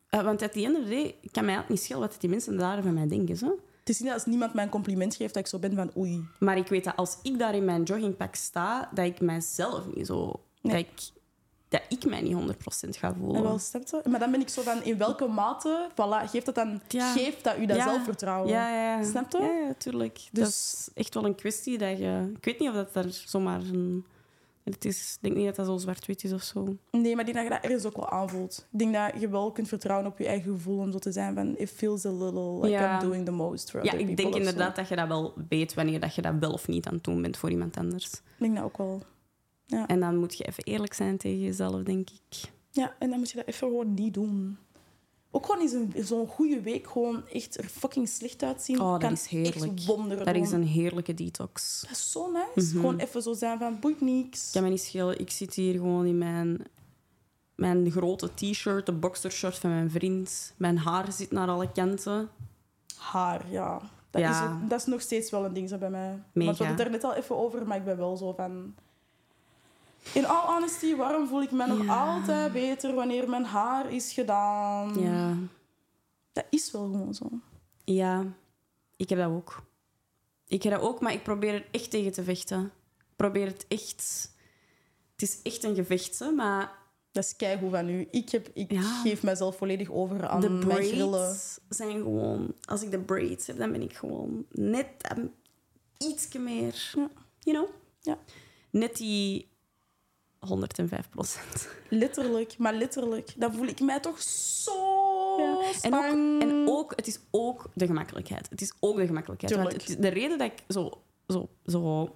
Speaker 2: Eh, want at the end of the day kan mij eigenlijk niet schelen wat die mensen daar van mij denken. Zo.
Speaker 3: het is niet dat als niemand mij een compliment geeft dat ik zo ben van oei.
Speaker 2: Maar ik weet dat als ik daar in mijn joggingpak sta, dat ik mijzelf niet zo...
Speaker 3: Nee.
Speaker 2: Dat, ik, dat ik mij niet 100% ga voelen.
Speaker 3: En wel, snap je? Maar dan ben ik zo van, in welke mate, voilà, geeft dat dan,
Speaker 2: Ja.
Speaker 3: geeft dat u dat
Speaker 2: Ja.
Speaker 3: zelfvertrouwen?
Speaker 2: Ja, ja, ja.
Speaker 3: Snap je?
Speaker 2: Ja, ja, tuurlijk. Dus... Dat
Speaker 3: Dus-
Speaker 2: is echt wel een kwestie dat je... Ik weet niet of dat daar zomaar een... Het is, ik denk niet dat dat zo zwart-wit is of zo.
Speaker 3: Nee, maar ik denk dat je dat ergens ook wel aanvoelt. Ik denk dat je wel kunt vertrouwen op je eigen gevoel om zo te zijn van, it feels a little like
Speaker 2: Ja.
Speaker 3: I'm doing the most for
Speaker 2: Ja,
Speaker 3: other
Speaker 2: ik
Speaker 3: people
Speaker 2: denk
Speaker 3: of zo.
Speaker 2: inderdaad dat je dat wel weet wanneer dat je dat wel of niet aan het doen bent voor iemand anders.
Speaker 3: Ik denk dat ook wel.
Speaker 2: En dan moet je even eerlijk zijn tegen jezelf, denk ik.
Speaker 3: Ja, en dan moet je dat even gewoon niet doen. Ook gewoon eens een- zo'n goede week gewoon echt er fucking slecht uitzien.
Speaker 2: Oh, dat
Speaker 3: kan
Speaker 2: is heerlijk.
Speaker 3: Echt wonderen
Speaker 2: Dat is
Speaker 3: doen.
Speaker 2: een Mhm. heerlijke detox.
Speaker 3: Dat is zo nice. Gewoon even zo zijn van, boeit niks.
Speaker 2: Ik kan me niet schelen. Ik zit hier gewoon in mijn, mijn grote t-shirt, de boxershirt van mijn vriend. Mijn haar zit naar alle kanten.
Speaker 3: Haar, ja. Dat,
Speaker 2: Ja.
Speaker 3: Is, ook- dat is nog steeds wel een ding zo bij mij.
Speaker 2: Mega.
Speaker 3: Want we hadden het er net al even over, maar ik ben wel zo van... In all honesty, waarom voel ik me nog
Speaker 2: Ja.
Speaker 3: altijd beter wanneer mijn haar is gedaan?
Speaker 2: Ja.
Speaker 3: Dat is wel gewoon zo.
Speaker 2: Ja, ik heb dat ook. Ik heb dat ook, maar ik probeer er echt tegen te vechten. Ik probeer het echt... Het is echt een gevecht, hè, maar
Speaker 3: Dat is keigoed van u. Ik, heb, ik
Speaker 2: Ja.
Speaker 3: geef mezelf volledig over aan
Speaker 2: de
Speaker 3: mijn grillen.
Speaker 2: braids zijn gewoon... Als ik de braids heb, dan ben ik gewoon net um, ietsje meer...
Speaker 3: Ja.
Speaker 2: You know?
Speaker 3: Ja.
Speaker 2: Net die 105 procent.
Speaker 3: Letterlijk, maar letterlijk. Dan voel ik mij toch zo
Speaker 2: En, ook,
Speaker 3: spang.
Speaker 2: en ook, het is ook de gemakkelijkheid. Het is ook de gemakkelijkheid. Want
Speaker 3: Tuurlijk.
Speaker 2: het- de reden dat ik zo, zo, zo,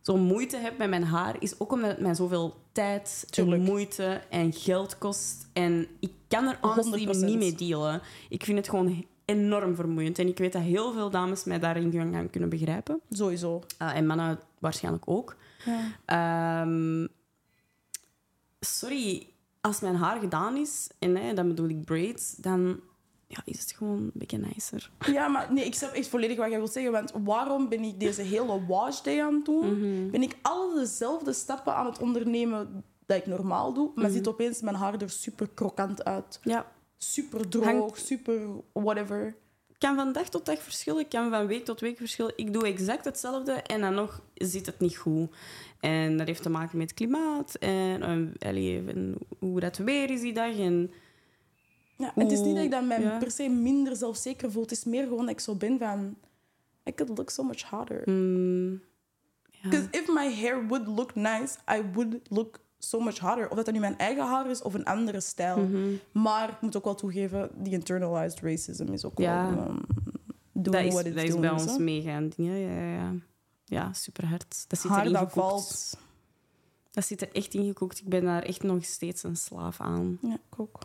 Speaker 2: zo moeite heb met mijn haar, is ook omdat het mij zoveel tijd, en
Speaker 3: Tuurlijk.
Speaker 2: moeite en geld kost. En ik kan er honestly
Speaker 3: 100%.
Speaker 2: niet mee dealen. Ik vind het gewoon enorm vermoeiend. En ik weet dat heel veel dames mij daarin gaan kunnen begrijpen.
Speaker 3: Sowieso.
Speaker 2: Eh, en mannen waarschijnlijk ook.
Speaker 3: Ja.
Speaker 2: Ehm, sorry, als mijn haar gedaan is, en hè, dan bedoel ik braids, dan ja, is het gewoon een beetje nicer.
Speaker 3: ja, maar nee, ik snap echt volledig wat jij wilt zeggen. Want waarom ben ik deze hele wash day aan het
Speaker 2: Mm.
Speaker 3: doen? Ben ik alle dezelfde stappen aan het ondernemen dat ik normaal doe, maar
Speaker 2: Mm.
Speaker 3: ziet opeens mijn haar er super krokant uit.
Speaker 2: Ja.
Speaker 3: Super droog,
Speaker 2: Hangt-
Speaker 3: super whatever.
Speaker 2: kan van dag tot dag verschillen, kan van week tot week verschillen. Ik doe exact hetzelfde en dan nog zit het niet goed. En dat heeft te maken met het klimaat en, eh, allee, en hoe dat weer is die dag. En,
Speaker 3: Ja, en het is niet dat ik dan mij
Speaker 2: Oeh, ja.
Speaker 3: per se minder zelfzeker voel. Het is meer gewoon dat ik zo ben van... I could look so much hotter.
Speaker 2: mm,
Speaker 3: Because if my hair would look nice, I would look so much harder. Of dat dat nu mijn eigen haar is of een andere stijl.
Speaker 2: Hm. Mhm.
Speaker 3: Maar ik moet ook wel toegeven, die internalized racism is ook
Speaker 2: Ja.
Speaker 3: wel... Um,
Speaker 2: dat
Speaker 3: doing
Speaker 2: is,
Speaker 3: what
Speaker 2: dat
Speaker 3: it's
Speaker 2: is
Speaker 3: doing,
Speaker 2: bij
Speaker 3: dus,
Speaker 2: ons
Speaker 3: hè.
Speaker 2: mega een ding. Ja, ja, ja, ja. ja super hard. Dat zit
Speaker 3: Haar
Speaker 2: erin
Speaker 3: dat
Speaker 2: gekoekt.
Speaker 3: valt.
Speaker 2: Dat zit er echt in gekoekt. Ik ben daar echt nog steeds een slaaf aan.
Speaker 3: Ja, ik ook.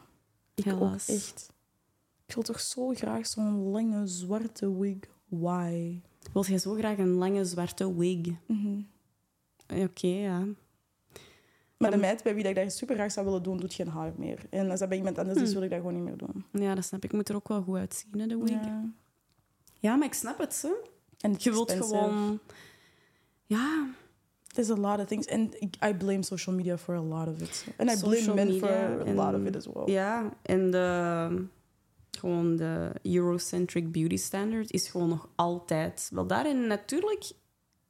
Speaker 3: Ik
Speaker 2: Helaas.
Speaker 3: ook, echt. Ik wil toch zo graag zo'n lange, zwarte wig. Why?
Speaker 2: Wil jij zo graag een lange zwarte wig? Eh,
Speaker 3: Mhm.
Speaker 2: Oké, ja.
Speaker 3: Maar de
Speaker 2: Dan-
Speaker 3: meid bij wie dat ik dat super graag zou willen doen, doet geen haar meer. En als dat bij iemand anders is,
Speaker 2: Hmm.
Speaker 3: wil ik dat gewoon niet meer doen.
Speaker 2: Ja, dat snap ik. Ik moet er ook wel goed uitzien, hè, de wig. Ja,
Speaker 3: Ja.
Speaker 2: maar ik snap het, hè.
Speaker 3: En
Speaker 2: Je wilt gewoon... Ja,
Speaker 3: There's a lot of things, and I blame social media for a lot of it. And I
Speaker 2: Social
Speaker 3: blame men
Speaker 2: media
Speaker 3: for a lot of
Speaker 2: en-
Speaker 3: it as well.
Speaker 2: ja. En de... Gewoon de Eurocentric beauty standard is gewoon nog altijd... Wel daarin natuurlijk,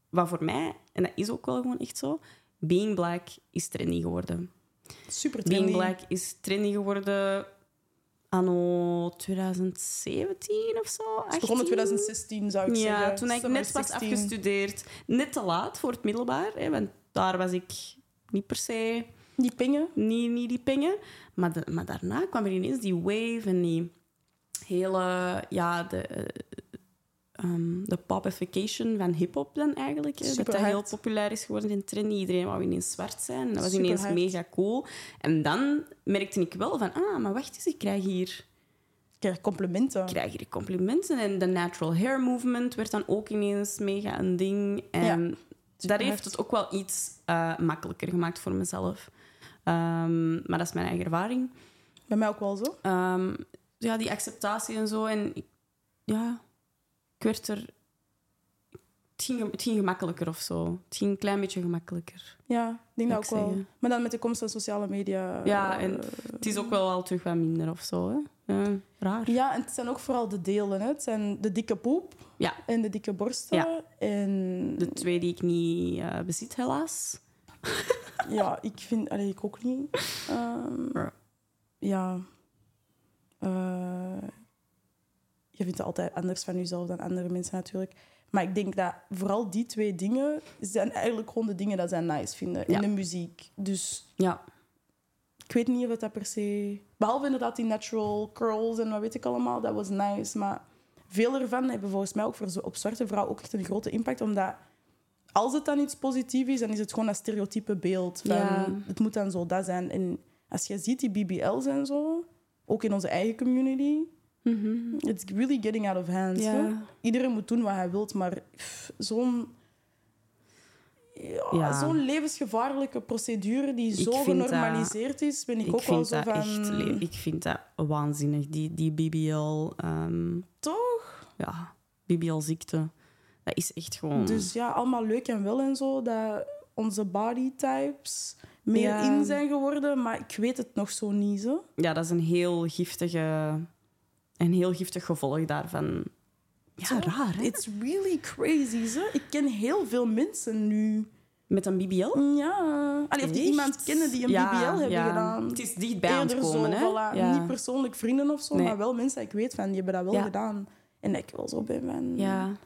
Speaker 2: wat voor mij, en dat is ook wel gewoon echt zo, being black is trendy geworden.
Speaker 3: Super
Speaker 2: Being
Speaker 3: trendy.
Speaker 2: Black is trendy geworden anno 2017 of zo.
Speaker 3: Het
Speaker 2: 18?
Speaker 3: begon in 2016, zou ik zeggen.
Speaker 2: Ja, toen ik
Speaker 3: Summer
Speaker 2: net was
Speaker 3: 16.
Speaker 2: afgestudeerd. Net te laat voor het middelbaar, hè, want daar was ik niet per se,
Speaker 3: Die pingen.
Speaker 2: niet, niet die pingen. Maar, de- maar daarna kwam er ineens die wave en die hele, ja, de, eh, ehm, de popification van hip-hop dan eigenlijk. eh, dat dat
Speaker 3: Superhard.
Speaker 2: heel populair is geworden in trendy. Iedereen wou ineens zwart zijn. En dat was ineens
Speaker 3: Superhard.
Speaker 2: mega cool. En dan merkte ik wel van, ah, maar wacht eens, ik krijg hier
Speaker 3: Ik krijg complimenten.
Speaker 2: ik krijg hier complimenten. En de natural hair movement werd dan ook ineens mega een ding. En dat heeft het ook wel iets eh, makkelijker gemaakt voor mezelf. Ehm, maar dat is mijn eigen ervaring.
Speaker 3: Bij mij ook wel zo.
Speaker 2: Ehm, ja, die acceptatie en zo. En ik- ja, ik werd er... Het ging, het ging gemakkelijker of zo. Het ging een klein beetje gemakkelijker.
Speaker 3: Ja, ik denk dat
Speaker 2: Zou
Speaker 3: ook
Speaker 2: ik
Speaker 3: wel.
Speaker 2: zeggen.
Speaker 3: Maar dan met de komst van sociale media.
Speaker 2: Ja,
Speaker 3: eh,
Speaker 2: en het is ook wel al terug wat minder of zo. Hè? Ja, raar.
Speaker 3: ja, en het zijn ook vooral de delen. Hè. Het zijn de dikke poep
Speaker 2: Ja.
Speaker 3: en de dikke borsten.
Speaker 2: Ja.
Speaker 3: En
Speaker 2: De twee die ik niet eh, bezit, helaas.
Speaker 3: ja, ik vind... Allee, ik ook niet. Ehm,
Speaker 2: Ja.
Speaker 3: ja. Eh, je vindt het altijd anders van jezelf dan andere mensen natuurlijk. Maar ik denk dat vooral die twee dingen zijn eigenlijk gewoon de dingen dat zij nice vinden.
Speaker 2: Ja.
Speaker 3: In de muziek. Dus
Speaker 2: Ja.
Speaker 3: ik weet niet of dat per se. Behalve inderdaad die natural curls en wat weet ik allemaal, dat was nice. Maar veel ervan hebben volgens mij ook voor, zo- op zwarte vrouwen ook echt een grote impact. Omdat als het dan iets positiefs is, dan is het gewoon dat stereotype beeld. Van,
Speaker 2: Ja.
Speaker 3: Het moet dan zo dat zijn. En als je ziet die BBL's en zo, ook in onze eigen community, it's really getting out of hand.
Speaker 2: Ja.
Speaker 3: hè. Iedereen moet doen wat hij wil, maar pff, zo'n. Ja,
Speaker 2: Ja.
Speaker 3: Zo'n levensgevaarlijke procedure die
Speaker 2: Ik
Speaker 3: zo
Speaker 2: vind dat-
Speaker 3: genormaliseerd is, ben ik,
Speaker 2: Ik,
Speaker 3: ook wel
Speaker 2: vind
Speaker 3: zo
Speaker 2: dat
Speaker 3: van...
Speaker 2: echt... le- Ik vind dat waanzinnig, die, die BBL... ehm,
Speaker 3: Toch?
Speaker 2: ja, BBL-ziekte. Dat is echt gewoon...
Speaker 3: Dus ja, allemaal leuk en wel en zo, dat onze bodytypes meer
Speaker 2: Ja.
Speaker 3: in zijn geworden, maar ik weet het nog zo niet zo.
Speaker 2: Ja, dat is een heel giftige... Een heel giftig gevolg daarvan. Ja, raar, hè?
Speaker 3: It's really crazy, ze. Ik ken heel veel mensen nu.
Speaker 2: Met een BBL?
Speaker 3: Ja. Allee, of die
Speaker 2: Echt?
Speaker 3: iemand kennen die een
Speaker 2: Ja,
Speaker 3: BBL hebben
Speaker 2: ja.
Speaker 3: gedaan.
Speaker 2: Het is dichtbij aan het
Speaker 3: Eerder
Speaker 2: komen,
Speaker 3: zo,
Speaker 2: hè?
Speaker 3: voilà,
Speaker 2: Ja.
Speaker 3: Niet persoonlijk vrienden of zo,
Speaker 2: Nee.
Speaker 3: maar wel mensen die ik weet van, die hebben dat wel
Speaker 2: Ja.
Speaker 3: gedaan. En dat ik wel zo ben van...
Speaker 2: Ja.
Speaker 3: God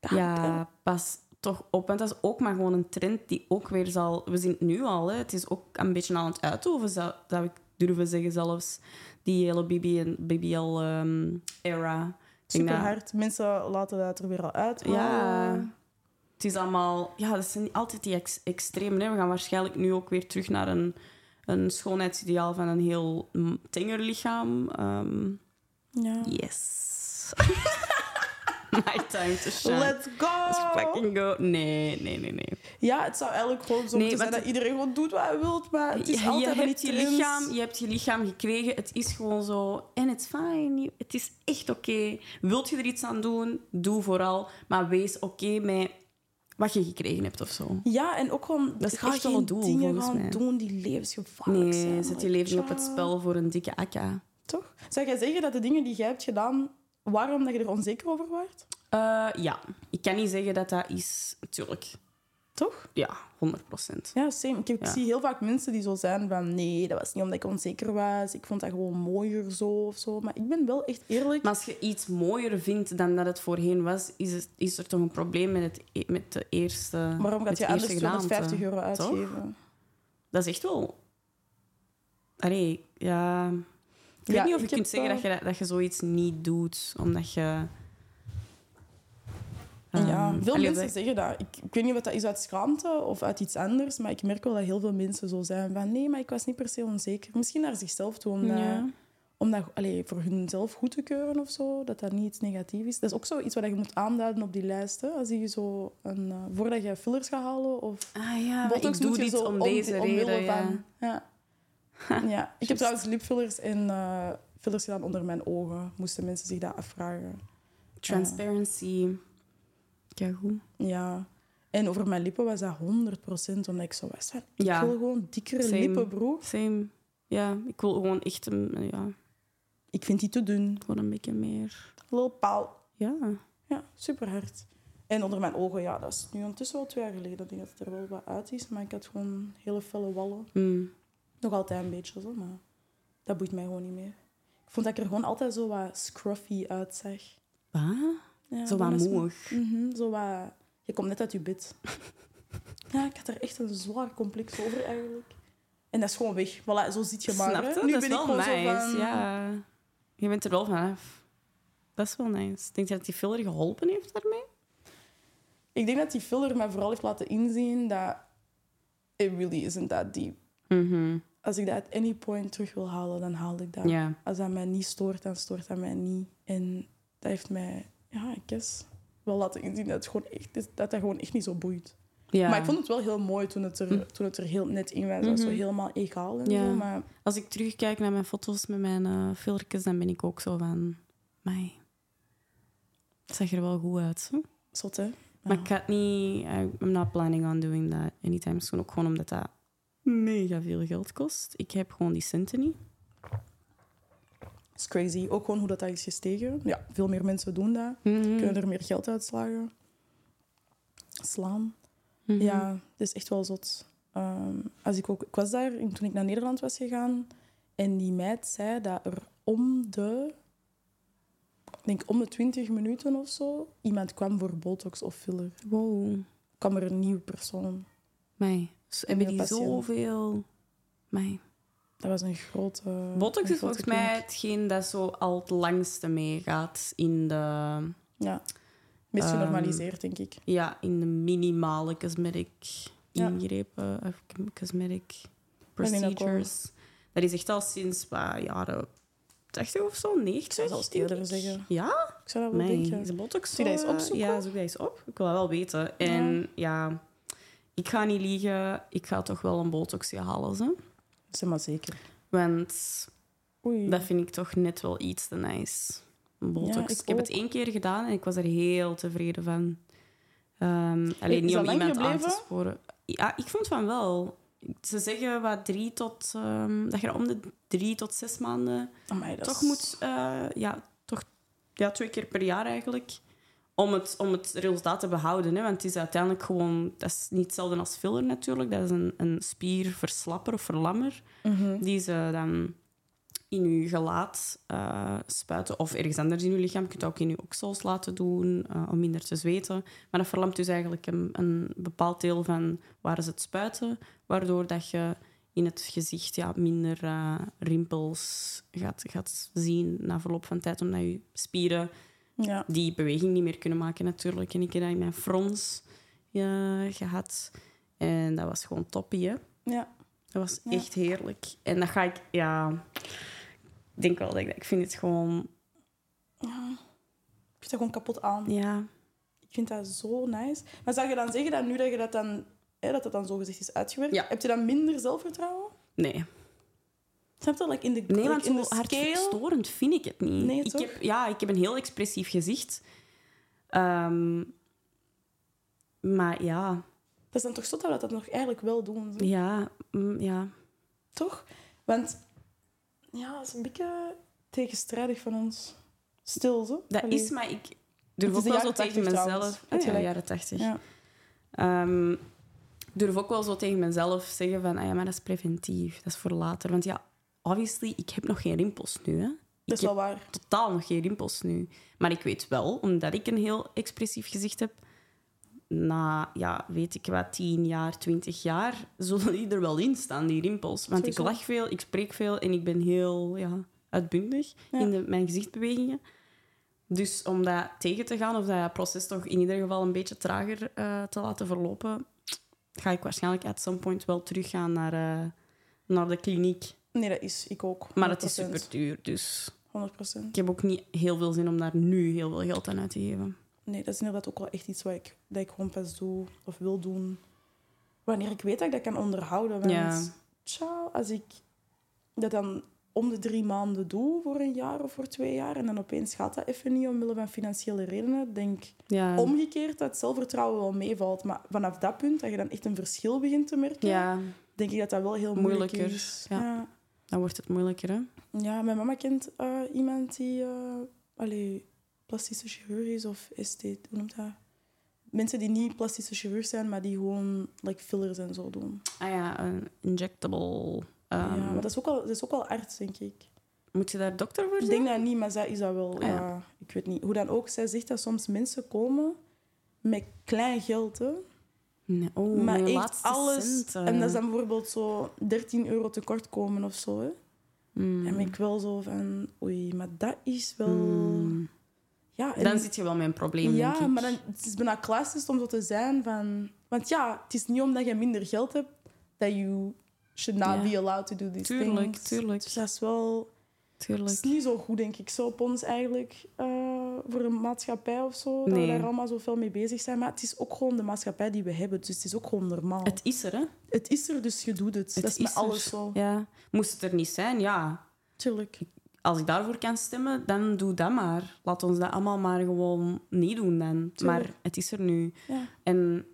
Speaker 3: damn.
Speaker 2: Ja, pas toch op. Want dat is ook maar gewoon een trend die ook weer zal... We zien het nu al, hè. Het is ook een beetje aan het uitoven, zou, zou ik durven zeggen zelfs. Die hele ehm, BBL-era.
Speaker 3: Super hard. Mensen laten dat er weer al uit. maar-
Speaker 2: Ja. Het is allemaal... Ja, dat zijn niet altijd die ex extremen. Hè. We gaan waarschijnlijk nu ook weer terug naar een, een schoonheidsideaal van een heel mm, tenger lichaam. Ehm,
Speaker 3: Ja.
Speaker 2: yes. My time to shine.
Speaker 3: Let's go!
Speaker 2: Let's fucking go. Nee, nee, nee, nee.
Speaker 3: Ja, het zou eigenlijk gewoon zo
Speaker 2: Nee,
Speaker 3: moeten zijn
Speaker 2: want-
Speaker 3: dat iedereen gewoon doet wat hij wil, maar het is
Speaker 2: je,
Speaker 3: altijd
Speaker 2: je
Speaker 3: van die
Speaker 2: hebt je
Speaker 3: trends.
Speaker 2: lichaam, je hebt je lichaam gekregen. Het is gewoon zo. En it's fine. Je- Het is echt oké. Wilt je er iets aan doen? Doe vooral. Maar wees oké met wat je gekregen hebt of zo.
Speaker 3: Ja, en ook gewoon...
Speaker 2: Dat
Speaker 3: ga
Speaker 2: gaat
Speaker 3: geen
Speaker 2: wel doen,
Speaker 3: dingen
Speaker 2: volgens
Speaker 3: gaan
Speaker 2: mij.
Speaker 3: doen die levensgevaarlijk zijn.
Speaker 2: Nee, zet je
Speaker 3: Like,
Speaker 2: leven niet op het
Speaker 3: ja,
Speaker 2: spel voor een dikke akka.
Speaker 3: Toch? Zou jij zeggen dat de dingen die jij hebt gedaan, waarom dat je er onzeker over werd?
Speaker 2: Eh, ja, ik kan niet zeggen dat dat is. Tuurlijk.
Speaker 3: Toch?
Speaker 2: Ja, 100 procent.
Speaker 3: Ja, same. Ik, heb- ik
Speaker 2: Ja.
Speaker 3: zie heel vaak mensen die zo zijn van... Nee, dat was niet omdat ik onzeker was. Ik vond dat gewoon mooier zo of zo. Maar ik ben wel echt eerlijk.
Speaker 2: Maar als je iets mooier vindt dan dat het voorheen was, is, het- is er toch een probleem met, het, e- met de eerste.
Speaker 3: Waarom gaat
Speaker 2: met
Speaker 3: je
Speaker 2: de
Speaker 3: anders
Speaker 2: eerste gedaante?
Speaker 3: 250 euro
Speaker 2: toch?
Speaker 3: uitgeven?
Speaker 2: Dat is echt wel. Allee, ja. Ik
Speaker 3: Ja,
Speaker 2: weet niet of
Speaker 3: ik
Speaker 2: je kunt
Speaker 3: heb
Speaker 2: zeggen dat
Speaker 3: wel-
Speaker 2: je, dat, dat je zoiets niet doet, omdat je. Ehm,
Speaker 3: Ja, veel
Speaker 2: allee,
Speaker 3: mensen
Speaker 2: dat-
Speaker 3: zeggen dat. Ik, ik weet niet wat dat is uit schaamte of uit iets anders, maar ik merk wel dat heel veel mensen zo zijn van nee, maar ik was niet per se onzeker. Misschien naar zichzelf toe, omdat,
Speaker 2: Ja.
Speaker 3: omdat allee, voor hunzelf goed te keuren of zo, dat dat niet iets negatiefs is. Dat is ook zoiets wat je moet aanduiden op die lijst. Hè, als je zo een, eh, voordat je fillers gaat halen of
Speaker 2: Ah ja, maar
Speaker 3: eh, botox
Speaker 2: ik doe
Speaker 3: moet je
Speaker 2: dit
Speaker 3: zo
Speaker 2: om deze
Speaker 3: omwille
Speaker 2: reden. Ja.
Speaker 3: van. Ja. ja. Ik heb trouwens lipfillers en eh, fillers gedaan onder mijn ogen, moesten mensen zich dat afvragen.
Speaker 2: Transparency. Ja, goed.
Speaker 3: Ja. En over mijn lippen was dat 100% omdat ik zo was. van, Ik
Speaker 2: Ja.
Speaker 3: wil gewoon dikkere
Speaker 2: Same.
Speaker 3: lippen, broer.
Speaker 2: Same. Ja, ik wil gewoon echt een, ja,
Speaker 3: Ik vind die te dun.
Speaker 2: gewoon een beetje meer.
Speaker 3: Lil paal.
Speaker 2: Ja.
Speaker 3: Ja, super hard. En onder mijn ogen, ja, dat is nu ondertussen wel twee jaar geleden. Ik denk dat het er wel wat uit is, maar ik had gewoon hele felle wallen.
Speaker 2: Mm.
Speaker 3: Nog altijd een beetje zo, maar dat boeit mij gewoon niet meer. Ik vond dat ik er gewoon altijd zo wat scruffy uitzag.
Speaker 2: Wat?
Speaker 3: Ja,
Speaker 2: Zo
Speaker 3: dat
Speaker 2: wat
Speaker 3: is-
Speaker 2: moedig.
Speaker 3: Mhm, zo wat... Je komt net uit je bed. ja, ik had er echt een zwaar complex over eigenlijk. En dat is gewoon weg. Voilà, zo ziet je maar.
Speaker 2: Snap
Speaker 3: hè.
Speaker 2: je?
Speaker 3: Nu
Speaker 2: dat
Speaker 3: ben
Speaker 2: is
Speaker 3: ik
Speaker 2: wel
Speaker 3: gewoon
Speaker 2: nice.
Speaker 3: zo van...
Speaker 2: Ja. Je bent er wel vanaf. Dat is wel nice. Denk je dat die filler geholpen heeft daarmee?
Speaker 3: Ik denk dat die filler mij vooral heeft laten inzien dat it really isn't that deep.
Speaker 2: Mhm.
Speaker 3: Als ik dat at any point terug wil halen, dan haal ik dat.
Speaker 2: Ja.
Speaker 3: Als dat mij niet stoort, dan stoort dat mij niet. En dat heeft mij, ja, ik guess, wel laten inzien dat, het gewoon echt, is- dat dat gewoon echt niet zo boeit.
Speaker 2: ja. Hm. Mhm.
Speaker 3: Maar ik vond het wel heel mooi toen het er, toen het er heel net in was. Dat was zo helemaal egaal en
Speaker 2: Ja.
Speaker 3: zo, maar...
Speaker 2: Als ik terugkijk naar mijn foto's met mijn eh filtertjes, dan ben ik ook zo van... Mij. Het zag er wel goed uit. Hè?
Speaker 3: Zot, hè?
Speaker 2: Maar ik ga het niet... I- I'm not planning on doing that anytime soon. Ook gewoon omdat dat mega veel geld kost. Ik heb gewoon die centen niet.
Speaker 3: is crazy. Ook gewoon hoe dat, dat is gestegen. Ja, veel meer mensen doen dat.
Speaker 2: Hm.
Speaker 3: Kunnen er meer geld uitslagen. Slaan.
Speaker 2: Mhm. Hm.
Speaker 3: Ja, het is echt wel zot. Ehm, als ik, ook, ik was daar in- toen ik naar Nederland was gegaan. En die meid zei dat er om de... Ik denk om de 20 minuten of zo... Iemand kwam voor botox of filler.
Speaker 2: Wow.
Speaker 3: Kwam er een nieuwe persoon.
Speaker 2: Mij. Zo- hebben
Speaker 3: Nieuwe
Speaker 2: die
Speaker 3: patiënt.
Speaker 2: zoveel... Mij.
Speaker 3: Dat was een grote...
Speaker 2: Botox
Speaker 3: een
Speaker 2: is
Speaker 3: grote
Speaker 2: volgens mij
Speaker 3: klink.
Speaker 2: hetgeen dat zo al het langste meegaat in de...
Speaker 3: Ja. Meest genormaliseerd,
Speaker 2: Ehm,
Speaker 3: denk ik.
Speaker 2: Ja, in de minimale cosmetic
Speaker 3: Ja.
Speaker 2: ingrepen, of c- cosmetic
Speaker 3: denk dat ook wel.
Speaker 2: procedures. Dat is echt al sinds wat, jaren 80 of zo, 90.
Speaker 3: zou zelfs
Speaker 2: denk
Speaker 3: eerder
Speaker 2: ik.
Speaker 3: zeggen.
Speaker 2: Ja,
Speaker 3: Ik zou dat wel
Speaker 2: nee.
Speaker 3: denken.
Speaker 2: Is een botox
Speaker 3: Doe je dat
Speaker 2: zo, eh,
Speaker 3: eens opzoeken?
Speaker 2: Ja, zoek dat eens op. Ik wil dat wel weten. En ja. ik ga niet liegen. Ik ga toch wel een botoxje halen. Hè?
Speaker 3: Zeg maar zeker.
Speaker 2: Want
Speaker 3: Oei.
Speaker 2: dat vind ik toch net wel iets te nice. Een Botox.
Speaker 3: ik
Speaker 2: ik heb het
Speaker 3: ook.
Speaker 2: één keer gedaan en ik was er heel tevreden van. Ehm, alleen
Speaker 3: Is
Speaker 2: niet
Speaker 3: dat
Speaker 2: om
Speaker 3: lang
Speaker 2: iemand aan te
Speaker 3: gebleven?
Speaker 2: sporen. Ja, ik vond van wel. Ze zeggen wat drie tot, ehm, dat je om de drie tot zes maanden
Speaker 3: Amai, dat
Speaker 2: toch
Speaker 3: is-
Speaker 2: moet, eh, ja, toch ja, twee keer per jaar eigenlijk, om het, om het resultaat te behouden. Hè? Want het is uiteindelijk gewoon, dat is niet hetzelfde als filler natuurlijk, dat is een, een spierverslapper of verlammer, die ze dan in je gelaat eh, spuiten of ergens anders in je lichaam. Je kunt het ook in je oksels laten doen eh, om minder te zweten. Maar dat verlamt dus eigenlijk een, een bepaald deel van waar ze het spuiten, waardoor dat je in het gezicht ja, minder eh, rimpels gaat, gaat zien na verloop van tijd, omdat je spieren
Speaker 3: Ja.
Speaker 2: die beweging niet meer kunnen maken natuurlijk. En ik heb dat in mijn frons ja, gehad en dat was gewoon toppie, hè.
Speaker 3: ja.
Speaker 2: Dat was
Speaker 3: Ja.
Speaker 2: echt heerlijk. En dat ga ik, ja... Ik denk wel dat ik... Ik vind het gewoon...
Speaker 3: Ik vind dat gewoon kapot aan.
Speaker 2: Ja.
Speaker 3: Ik vind dat zo nice. Maar zou je dan zeggen dat nu dat je dat dan, hè, dat, dat dan zo gezegd is uitgewerkt,
Speaker 2: Ja.
Speaker 3: heb je dan minder zelfvertrouwen?
Speaker 2: Nee.
Speaker 3: Snap je? Like in de,
Speaker 2: Nee,
Speaker 3: like
Speaker 2: want
Speaker 3: in
Speaker 2: zo
Speaker 3: de scale.
Speaker 2: hartstorend vind ik het niet.
Speaker 3: Nee,
Speaker 2: ik
Speaker 3: toch?
Speaker 2: heb, ja, ik heb een heel expressief gezicht. Ehm, maar ja...
Speaker 3: Dat is dan toch zot dat we dat nog eigenlijk wel doen. zo.
Speaker 2: Ja. mm, ja.
Speaker 3: Toch? Want ja, dat is een beetje tegenstrijdig van ons. Stil, zo.
Speaker 2: Dat
Speaker 3: Allee.
Speaker 2: is, maar ik
Speaker 3: is
Speaker 2: durf ook
Speaker 3: de
Speaker 2: wel zo
Speaker 3: jaren
Speaker 2: tegen
Speaker 3: 80 trouwens.
Speaker 2: mezelf...
Speaker 3: Het
Speaker 2: Ah, ja,
Speaker 3: gelijk.
Speaker 2: jaren tachtig.
Speaker 3: Ja.
Speaker 2: Ehm, ik durf ook wel zo tegen mezelf zeggen van, ah ja, maar dat is preventief. Dat is voor later. Want ja, obviously, ik heb nog geen rimpels nu, hè.
Speaker 3: Dat
Speaker 2: ik heb
Speaker 3: is wel waar.
Speaker 2: totaal nog geen rimpels nu. Maar ik weet wel, omdat ik een heel expressief gezicht heb, na, ja, weet ik wat, 10 jaar, 20 jaar, zullen die er wel in staan, die rimpels. Want
Speaker 3: Sowieso.
Speaker 2: ik lach veel, ik spreek veel en ik ben heel ja, uitbundig
Speaker 3: Ja.
Speaker 2: in de, mijn gezichtsbewegingen. Dus om dat tegen te gaan, of dat proces toch in ieder geval een beetje trager eh, te laten verlopen, ga ik waarschijnlijk at some point wel teruggaan naar, eh, naar de kliniek.
Speaker 3: Nee, dat is ik ook.
Speaker 2: Maar het is super duur, dus
Speaker 3: 100%. 100%.
Speaker 2: ik heb ook niet heel veel zin om daar nu heel veel geld aan uit te geven.
Speaker 3: Nee, dat is inderdaad ook wel echt iets wat ik, dat ik gewoon pas doe of wil doen. Wanneer ik weet dat ik dat kan onderhouden. Want
Speaker 2: Ja.
Speaker 3: tja, als ik dat dan om de drie maanden doe voor een jaar of voor twee jaar en dan opeens gaat dat even niet omwille van financiële redenen, denk ik
Speaker 2: Ja.
Speaker 3: omgekeerd dat het zelfvertrouwen wel meevalt. Maar vanaf dat punt, dat je dan echt een verschil begint te merken,
Speaker 2: ja,
Speaker 3: denk ik dat dat wel heel moeilijk
Speaker 2: Moeilijker,
Speaker 3: is.
Speaker 2: ja.
Speaker 3: ja.
Speaker 2: dan wordt het moeilijker, hè?
Speaker 3: Ja, mijn mama kent eh, iemand die eh, allee, plastische chirurg is of esthete, hoe noemt dat? Mensen die niet plastische chirurg zijn, maar die gewoon like, fillers en zo doen.
Speaker 2: Ah ja, een injectable. ehm,
Speaker 3: ja, maar dat is, ook wel, dat is ook wel arts, denk ik.
Speaker 2: Moet je daar dokter voor
Speaker 3: Ik
Speaker 2: zijn?
Speaker 3: denk dat niet, maar zij is dat wel.
Speaker 2: Ah, ja.
Speaker 3: ja. ik weet niet. Hoe dan ook, zij zegt dat soms mensen komen met klein geld, hè,
Speaker 2: Nee, oh,
Speaker 3: maar
Speaker 2: mijn
Speaker 3: echt
Speaker 2: laatste eh.
Speaker 3: alles.
Speaker 2: centen.
Speaker 3: En dat is dan bijvoorbeeld zo 13 euro tekortkomen of zo. Hè.
Speaker 2: Mm.
Speaker 3: En ben ik wel zo van, oei, maar dat is wel...
Speaker 2: Mm.
Speaker 3: Ja, en-
Speaker 2: Dan zit je wel met een probleem,
Speaker 3: ja,
Speaker 2: denk ik.
Speaker 3: maar dan, het is bijna klassisch om zo te zijn van... Want ja, het is niet omdat je minder geld hebt dat you should not
Speaker 2: Ja.
Speaker 3: be allowed to do these
Speaker 2: Tuurlijk,
Speaker 3: things.
Speaker 2: tuurlijk.
Speaker 3: Dus dat is wel... Het
Speaker 2: Tuurlijk.
Speaker 3: is niet zo goed, denk ik, zo op ons eigenlijk eh, voor een maatschappij of zo. Dat
Speaker 2: Nee.
Speaker 3: we daar allemaal zoveel mee bezig zijn. Maar het is ook gewoon de maatschappij die we hebben. Dus het is ook gewoon normaal. Het,
Speaker 2: Het is er, hè?
Speaker 3: is er, dus je doet het. dat is, met
Speaker 2: er.
Speaker 3: alles zo.
Speaker 2: Ja. Moest het er niet zijn, ja.
Speaker 3: Tuurlijk.
Speaker 2: Als ik daarvoor kan stemmen, dan doe dat maar. Laat ons dat allemaal maar gewoon niet doen dan.
Speaker 3: Tuurlijk.
Speaker 2: Maar het is er nu.
Speaker 3: Ja.
Speaker 2: En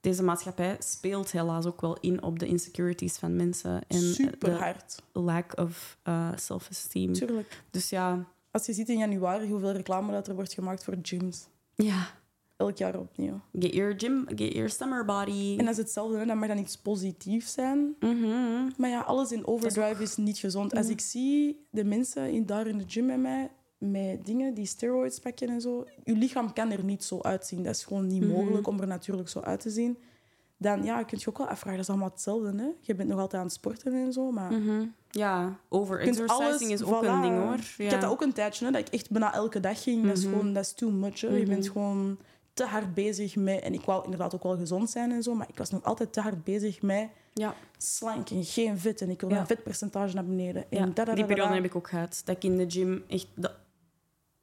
Speaker 2: deze maatschappij speelt helaas ook wel in op de insecurities van mensen. En eh,
Speaker 3: Super
Speaker 2: de
Speaker 3: hard.
Speaker 2: lack of eh, self-esteem.
Speaker 3: Tuurlijk.
Speaker 2: Dus ja,
Speaker 3: Als je ziet in januari hoeveel reclame dat er wordt gemaakt voor gyms.
Speaker 2: ja.
Speaker 3: Elk jaar opnieuw.
Speaker 2: Get your gym, get your summer body.
Speaker 3: En dat is hetzelfde, hè. dat mag dan iets positiefs zijn.
Speaker 2: Mhm.
Speaker 3: Maar ja, alles in overdrive is niet gezond. Als ik zie de mensen in, daar in de gym met mij, met dingen die steroids pakken en zo, je lichaam kan er niet zo uitzien. Dat is gewoon niet
Speaker 2: Mhm.
Speaker 3: mogelijk om er natuurlijk zo uit te zien. Dan ja, kun je ook wel afvragen, dat is allemaal hetzelfde. Hè? Je bent nog altijd aan het sporten en zo, maar...
Speaker 2: Mhm. Ja,
Speaker 3: je kunt
Speaker 2: over-exercising is ook
Speaker 3: voilà.
Speaker 2: een ding hoor. Ja.
Speaker 3: Ik heb dat ook een tijdje, hè, dat ik echt bijna elke dag ging. Dat is
Speaker 2: Mhm.
Speaker 3: gewoon, dat is too much. Hè. Je bent gewoon te hard bezig met... En ik wou inderdaad ook wel gezond zijn en zo, maar ik was nog altijd te hard bezig met
Speaker 2: Ja.
Speaker 3: slank en geen vet. En ik wil
Speaker 2: Ja.
Speaker 3: mijn vetpercentage naar beneden. En
Speaker 2: Ja,
Speaker 3: dat, dat,
Speaker 2: die
Speaker 3: dat, dat,
Speaker 2: periode
Speaker 3: dat.
Speaker 2: heb ik ook gehad. Dat ik in de gym echt de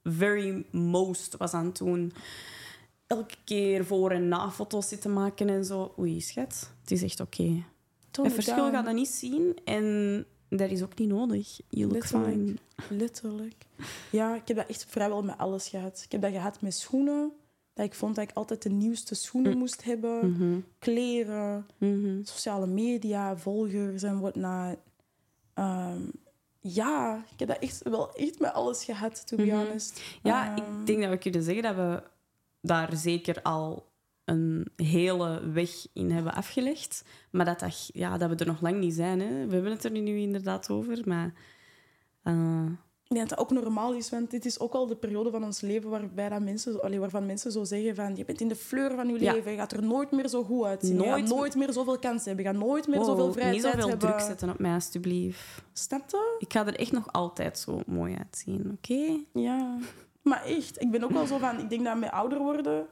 Speaker 2: very most was aan het doen. Elke keer voor- en na-foto's zitten maken en zo. Oei, schat. Het is echt oké.
Speaker 3: Tone
Speaker 2: Het
Speaker 3: it
Speaker 2: verschil
Speaker 3: down.
Speaker 2: gaat dat niet zien en dat is ook niet nodig. You look
Speaker 3: Letterlijk.
Speaker 2: fine.
Speaker 3: Letterlijk. Ja, ik heb dat echt vrijwel met alles gehad. Ik heb dat gehad met schoenen. Dat ik vond dat ik altijd de nieuwste schoenen
Speaker 2: Mm.
Speaker 3: moest hebben. Kleren,
Speaker 2: Mhm.
Speaker 3: sociale media, volgers en whatnot. Ehm, ja, ik heb dat echt wel echt met alles gehad, to be honest.
Speaker 2: Mhm. Ja,
Speaker 3: Ehm,
Speaker 2: ik denk dat we kunnen zeggen dat we daar zeker al een hele weg in hebben afgelegd. Maar dat, dat, ja, dat we er nog lang niet zijn. Hè. We hebben het er nu inderdaad over, maar... eh,
Speaker 3: Ik denk dat dat ook normaal is, want dit is ook al de periode van ons leven waarbij dat mensen, zo- allee, waarvan mensen zo zeggen van je bent in de fleur van je
Speaker 2: Ja.
Speaker 3: leven, je gaat er nooit meer zo goed uitzien, je
Speaker 2: Nooit
Speaker 3: gaat nooit meer zoveel kansen hebben, je gaat nooit meer
Speaker 2: Wow,
Speaker 3: zoveel vrijheid
Speaker 2: Niet zoveel
Speaker 3: hebben.
Speaker 2: druk zetten op mij, alstublieft.
Speaker 3: Snap je?
Speaker 2: Ik ga er echt nog altijd zo mooi uitzien, oké?
Speaker 3: Ja. Maar echt, ik ben ook wel zo van, ik denk dat met ouder worden,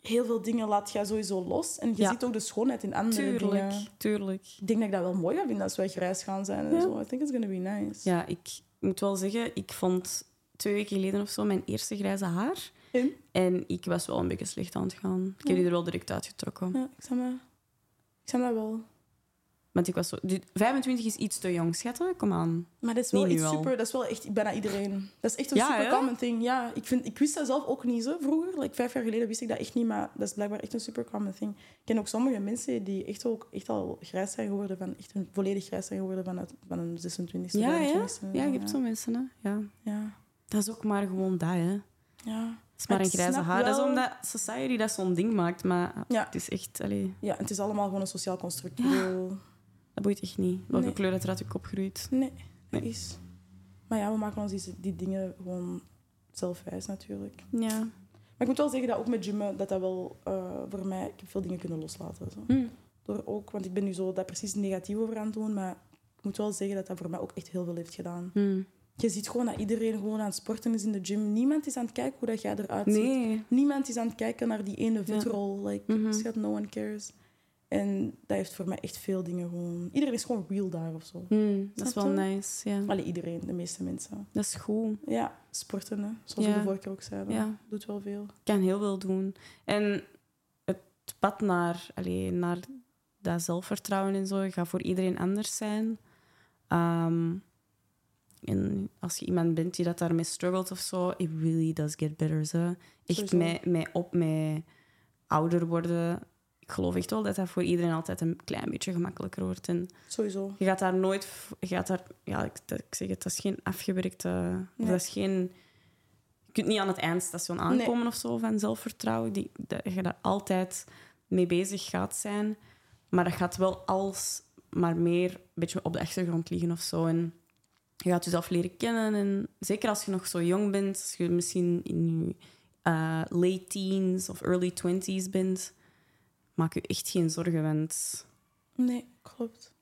Speaker 3: heel veel dingen laat jij sowieso los en je
Speaker 2: Ja.
Speaker 3: ziet ook de schoonheid in andere
Speaker 2: Tuurlijk,
Speaker 3: dingen.
Speaker 2: tuurlijk.
Speaker 3: Ik denk dat ik dat wel mooi ga vinden als wij grijs gaan zijn en
Speaker 2: Ja.
Speaker 3: zo. I think it's gonna be nice.
Speaker 2: Ja, ik moet wel zeggen, ik vond twee weken geleden of zo mijn eerste grijze haar.
Speaker 3: En?
Speaker 2: En ik was wel een beetje slecht aan het gaan. Ik heb die er wel direct uitgetrokken.
Speaker 3: Ja, ik snap dat. Ik snap dat wel.
Speaker 2: Want ik was zo... die- 25 is iets te jong, schatten. Kom aan.
Speaker 3: Maar dat is wel
Speaker 2: Niet nu
Speaker 3: iets
Speaker 2: al.
Speaker 3: super, dat is wel echt bijna iedereen. Dat is echt een
Speaker 2: Ja,
Speaker 3: super
Speaker 2: hè?
Speaker 3: common thing. Ja, ik, vind, ik wist dat zelf ook niet zo vroeger. Like, vijf jaar geleden wist ik dat echt niet, maar dat is blijkbaar echt een super common thing. Ik ken ook sommige mensen die echt, ook, echt al grijs zijn geworden, van, echt een, volledig grijs zijn geworden van, het, van een 26 e
Speaker 2: Ja, ja. Ja, je hebt zo mensen, hè. Ja.
Speaker 3: Ja,
Speaker 2: Dat is ook maar gewoon dat, hè.
Speaker 3: ja.
Speaker 2: Het is maar
Speaker 3: Ik
Speaker 2: een grijze
Speaker 3: snap
Speaker 2: haar. Dat is
Speaker 3: wel-
Speaker 2: omdat society dat zo'n ding maakt, maar
Speaker 3: Ja.
Speaker 2: het is echt... Allee,
Speaker 3: ja, het is allemaal gewoon een sociaal construct. Ik bedoel,
Speaker 2: dat boeit echt niet. Welke
Speaker 3: Nee.
Speaker 2: kleur dat er uit je kop groeit.
Speaker 3: Nee,
Speaker 2: Nee.
Speaker 3: dat is... Maar ja, we maken ons die, die dingen gewoon zelf wijs natuurlijk.
Speaker 2: Ja.
Speaker 3: Maar ik moet wel zeggen dat ook met gymmen, dat dat wel eh, voor mij... Ik heb veel dingen kunnen loslaten. Zo.
Speaker 2: Hm.
Speaker 3: Door ook, want ik ben nu zo dat precies negatief over aan het doen, maar ik moet wel zeggen dat dat voor mij ook echt heel veel heeft gedaan.
Speaker 2: Hm.
Speaker 3: Je ziet gewoon dat iedereen gewoon aan het sporten is in de gym. Niemand is aan het kijken hoe dat jij eruit ziet.
Speaker 2: Nee.
Speaker 3: Niemand is aan het kijken naar die ene
Speaker 2: Ja.
Speaker 3: vitrol. Like,
Speaker 2: Mhm.
Speaker 3: schat, no one cares. En dat heeft voor mij echt veel dingen gewoon... Iedereen is gewoon real daar of zo.
Speaker 2: Hm, dat is
Speaker 3: Snap
Speaker 2: wel
Speaker 3: je?
Speaker 2: nice, ja.
Speaker 3: Allee, iedereen, de meeste mensen.
Speaker 2: Dat is goed.
Speaker 3: Ja, sporten, hè. zoals
Speaker 2: Ja.
Speaker 3: we de vorige keer ook zeiden.
Speaker 2: Ja,
Speaker 3: Doet wel veel.
Speaker 2: kan heel veel doen. En het pad naar, allee, naar dat zelfvertrouwen en zo gaat voor iedereen anders zijn. Ehm, en als je iemand bent die dat daarmee struggelt of zo, it really does get better. Zo. Echt
Speaker 3: Sowieso.
Speaker 2: mee, mee op, mee ouder worden. Ik geloof echt wel dat dat voor iedereen altijd een klein beetje gemakkelijker wordt. En
Speaker 3: Sowieso.
Speaker 2: Je gaat daar nooit... v- Je gaat daar, ja, ik, dat- ik zeg het, dat is geen afgewerkte... of
Speaker 3: Nee.
Speaker 2: Dat is geen... Je kunt niet aan het eindstation aankomen of zo van zelfvertrouwen. Die, dat je daar altijd mee bezig gaat zijn. Maar dat gaat wel als maar meer een beetje op de achtergrond liggen of zo. En je gaat jezelf leren kennen. En zeker als je nog zo jong bent, als je misschien in je eh, late teens of early twenties bent, maak je echt geen zorgen, want
Speaker 3: Nee, klopt.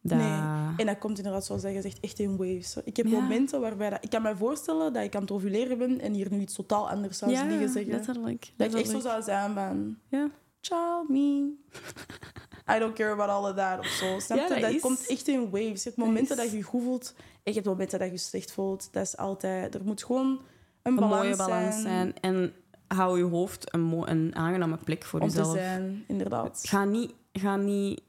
Speaker 2: Dat...
Speaker 3: Nee. En dat komt inderdaad, zoals jij zegt, echt in waves. Ik heb
Speaker 2: Ja.
Speaker 3: momenten waarbij dat, ik kan me voorstellen dat ik aan het ovuleren ben en hier nu iets totaal anders zou
Speaker 2: ja,
Speaker 3: liggen zeggen.
Speaker 2: letterlijk.
Speaker 3: Dat ik echt zo
Speaker 2: letterlijk.
Speaker 3: zou zijn van...
Speaker 2: Ja.
Speaker 3: Ciao, me. I don't care about all of that of zo. Snap
Speaker 2: Ja,
Speaker 3: je?
Speaker 2: dat
Speaker 3: Dat,
Speaker 2: is-
Speaker 3: komt echt in waves. Je hebt momenten
Speaker 2: is-
Speaker 3: dat je je goed voelt en je hebt momenten dat je je slecht voelt. Dat is altijd... Er moet gewoon een,
Speaker 2: een
Speaker 3: balans,
Speaker 2: mooie balans zijn. En hou je hoofd een, mo- een aangename plek voor
Speaker 3: om te
Speaker 2: jezelf.
Speaker 3: zijn, inderdaad.
Speaker 2: Ga niet, ga niet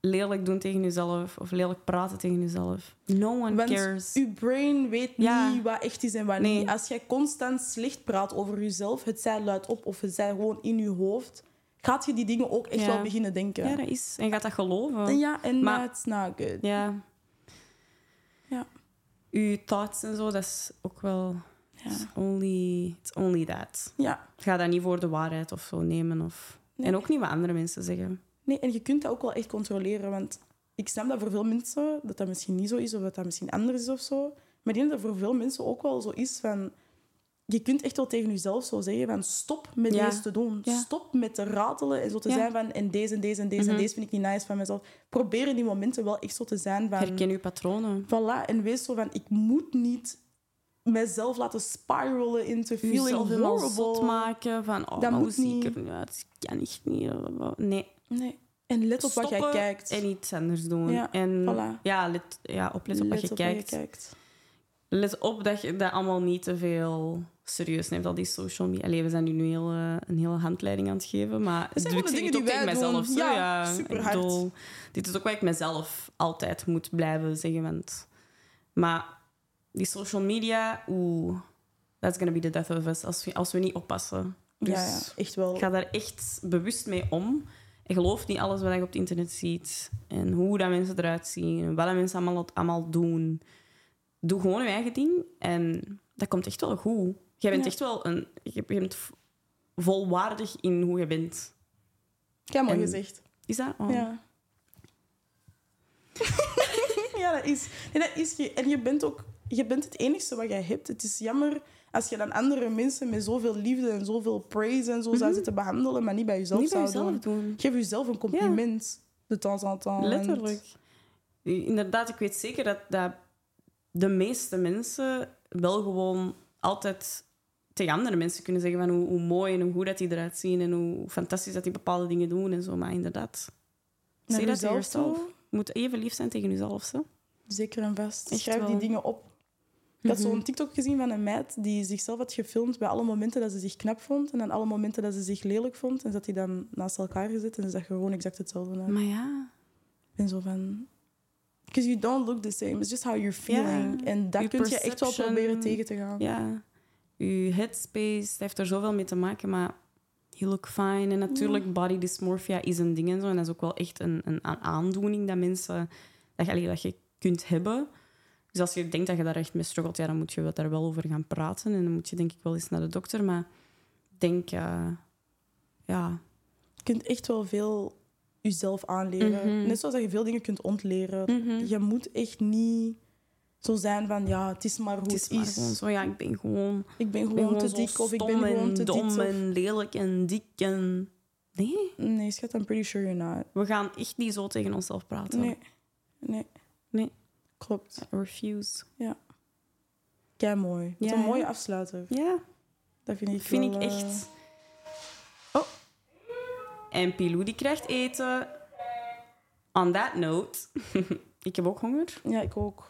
Speaker 2: lelijk doen tegen jezelf of lelijk praten tegen jezelf. No one
Speaker 3: Want
Speaker 2: cares.
Speaker 3: Uw brain weet
Speaker 2: Ja.
Speaker 3: niet wat echt is en wat
Speaker 2: Nee.
Speaker 3: niet. Als jij constant slecht praat over jezelf, het zij luidop of het zij gewoon in je hoofd, gaat je die dingen ook echt
Speaker 2: Ja.
Speaker 3: wel beginnen denken.
Speaker 2: Ja,
Speaker 3: Ja,
Speaker 2: dat is. En je gaat dat
Speaker 3: en,
Speaker 2: geloven.
Speaker 3: ja, en
Speaker 2: Maar-
Speaker 3: that's not good.
Speaker 2: Ja.
Speaker 3: Ja.
Speaker 2: Uw thoughts en zo, dat is ook wel. It's only, it's only that.
Speaker 3: Ja.
Speaker 2: Ga dat niet voor de waarheid of zo nemen. Of...
Speaker 3: Nee.
Speaker 2: En ook niet wat andere mensen zeggen.
Speaker 3: Nee, en je kunt dat ook wel echt controleren. Want ik snap dat voor veel mensen dat dat misschien niet zo is, of dat dat misschien anders is of zo. Maar ik denk dat dat voor veel mensen ook wel zo is van... Je kunt echt wel tegen jezelf zo zeggen van stop met
Speaker 2: Ja.
Speaker 3: deze te doen.
Speaker 2: Ja.
Speaker 3: Stop met te ratelen en zo te
Speaker 2: Ja. Mhm.
Speaker 3: zijn van en deze en deze en deze en deze vind ik niet nice van mezelf. Probeer in die momenten wel echt zo te zijn van...
Speaker 2: Herken uw patronen.
Speaker 3: Voilà, en wees zo van ik moet niet mezelf laten spiralen into feeling
Speaker 2: jezelf helemaal zot
Speaker 3: horrible.
Speaker 2: maken van oh,
Speaker 3: Dat
Speaker 2: maar hoe
Speaker 3: moet
Speaker 2: zie ik
Speaker 3: niet.
Speaker 2: er nu uit? Ik kan echt niet. eh, Nee,
Speaker 3: Nee. En let op wat jij
Speaker 2: Stoppen
Speaker 3: kijkt.
Speaker 2: en iets anders doen.
Speaker 3: Ja,
Speaker 2: en
Speaker 3: voilà.
Speaker 2: ja, let, ja, oplet op wat je kijkt.
Speaker 3: kijkt.
Speaker 2: Let op dat je dat allemaal niet te veel serieus neemt, al die social media. Allee, we zijn nu een hele, een hele handleiding aan het geven, maar
Speaker 3: Dat zijn
Speaker 2: doe ik
Speaker 3: wel de
Speaker 2: zeg het ook
Speaker 3: dingen
Speaker 2: tegen
Speaker 3: die wij
Speaker 2: mezelf.
Speaker 3: doen.
Speaker 2: Zo, ja,
Speaker 3: Ja, superhard.
Speaker 2: Ik bedoel, dit is ook wat ik mezelf altijd moet blijven zeggen. Want, maar die social media, oeh, that's gonna be the death of us als we, als we niet oppassen. Dus
Speaker 3: ja, ja, echt wel.
Speaker 2: ga daar echt bewust mee om. En geloof niet alles wat je op het internet ziet. En hoe dat mensen eruit zien. En wat dat mensen allemaal, allemaal doen. Doe gewoon je eigen ding. En dat komt echt wel goed. Jij bent
Speaker 3: Ja.
Speaker 2: echt wel een... Je bent v- volwaardig in hoe je bent.
Speaker 3: Ja, mooi
Speaker 2: En-
Speaker 3: gezegd.
Speaker 2: Is dat? Oh.
Speaker 3: Ja. ja, dat is. En, dat is je. en je bent ook... Je bent het enigste wat jij hebt. Het is jammer als je dan andere mensen met zoveel liefde en zoveel praise en zo zou zitten behandelen, maar niet bij jezelf
Speaker 2: Niet bij
Speaker 3: zou
Speaker 2: jezelf
Speaker 3: doen.
Speaker 2: doen.
Speaker 3: Geef jezelf een compliment. De temps en temps.
Speaker 2: Letterlijk. Inderdaad, ik weet zeker dat, dat de meeste mensen wel gewoon altijd tegen andere mensen kunnen zeggen van hoe, hoe mooi en hoe goed dat die eruit zien en hoe fantastisch dat die bepaalde dingen doen en zo. Maar inderdaad,
Speaker 3: Naar
Speaker 2: zeg dat tegen
Speaker 3: jezelf toe.
Speaker 2: jezelf. Je moet even lief zijn tegen jezelf. Zo.
Speaker 3: Zeker en vast.
Speaker 2: Echt
Speaker 3: Schrijf
Speaker 2: wel.
Speaker 3: die dingen op. Ik had zo'n TikTok gezien van een meid die zichzelf had gefilmd bij alle momenten dat ze zich knap vond en dan alle momenten dat ze zich lelijk vond. En ze had die dan naast elkaar gezet en ze zag er gewoon exact hetzelfde uit.
Speaker 2: Maar ja,
Speaker 3: En zo van... Because you don't look the same. It's just how you're feeling.
Speaker 2: Ja.
Speaker 3: En dat
Speaker 2: Je
Speaker 3: kun je echt wel
Speaker 2: perception.
Speaker 3: proberen tegen te gaan.
Speaker 2: ja, je headspace, dat heeft er zoveel mee te maken, maar you look fine. En natuurlijk, body dysmorphia is een ding en zo. En dat is ook wel echt een, een, een aandoening dat mensen, dat je, allee, dat je kunt hebben. Dus als je denkt dat je daar echt mee struggelt, ja, dan moet je wel- daar wel over gaan praten. En dan moet je denk ik wel eens naar de dokter. Maar ik denk, eh, ja,
Speaker 3: Je kunt echt wel veel jezelf aanleren.
Speaker 2: Mhm.
Speaker 3: Net zoals dat je veel dingen kunt ontleren. Je moet echt niet zo zijn van... Ja, het is maar
Speaker 2: het
Speaker 3: hoe het,
Speaker 2: is maar gewoon zo. Ja, ik ben gewoon,
Speaker 3: Ik ben
Speaker 2: ik ben
Speaker 3: gewoon te
Speaker 2: zo
Speaker 3: dik of ik ben
Speaker 2: stom en
Speaker 3: gewoon te dit.
Speaker 2: dom
Speaker 3: Of...
Speaker 2: en lelijk en dik en... Nee,
Speaker 3: Nee, schat, I'm pretty sure you're not.
Speaker 2: we gaan echt niet zo tegen onszelf praten.
Speaker 3: Nee. Nee.
Speaker 2: Nee.
Speaker 3: Klopt.
Speaker 2: Refuse.
Speaker 3: Kei mooi. Het is
Speaker 2: Ja,
Speaker 3: een mooie
Speaker 2: hè?
Speaker 3: afsluiter.
Speaker 2: Ja,
Speaker 3: Dat vind ik
Speaker 2: dat vind
Speaker 3: wel,
Speaker 2: ik
Speaker 3: eh,
Speaker 2: echt. Oh. En Pilou die krijgt eten. On that note, ik heb ook honger.
Speaker 3: Ja, ik ook.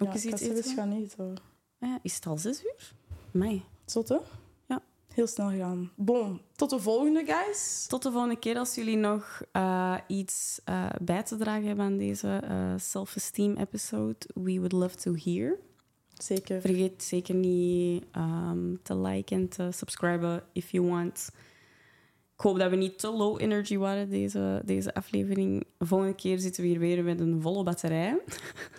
Speaker 2: Ook
Speaker 3: ja,
Speaker 2: eens
Speaker 3: ik
Speaker 2: iets
Speaker 3: had zoiets
Speaker 2: eten?
Speaker 3: gaan eten. hoor.
Speaker 2: Ah ja, is het al zes uur? Mei.
Speaker 3: Zot, hè?
Speaker 2: Ja.
Speaker 3: Heel snel gegaan. Bon. Tot de volgende, guys.
Speaker 2: Tot de volgende keer als jullie nog eh, iets eh, bij te dragen hebben aan deze eh, self-esteem episode. We would love to hear.
Speaker 3: Zeker.
Speaker 2: Vergeet zeker niet ehm, te liken en te subscriben if you want. Ik hoop dat we niet te low energy waren deze, deze aflevering. Volgende keer zitten we hier weer met een volle batterij.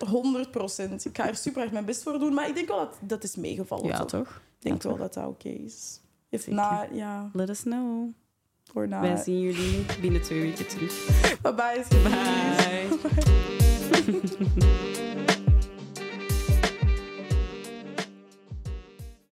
Speaker 3: 100 procent. Ik ga er super hard mijn best voor doen, maar ik denk wel dat dat is meegevallen. toch?
Speaker 2: toch?
Speaker 3: Ik denk
Speaker 2: Ja, toch?
Speaker 3: wel dat dat oké is. If
Speaker 2: Zeker.
Speaker 3: not, ja,
Speaker 2: Let us know.
Speaker 3: voor na.
Speaker 2: Wij zien jullie binnen twee weken terug.
Speaker 3: Bye bye.
Speaker 2: Bye.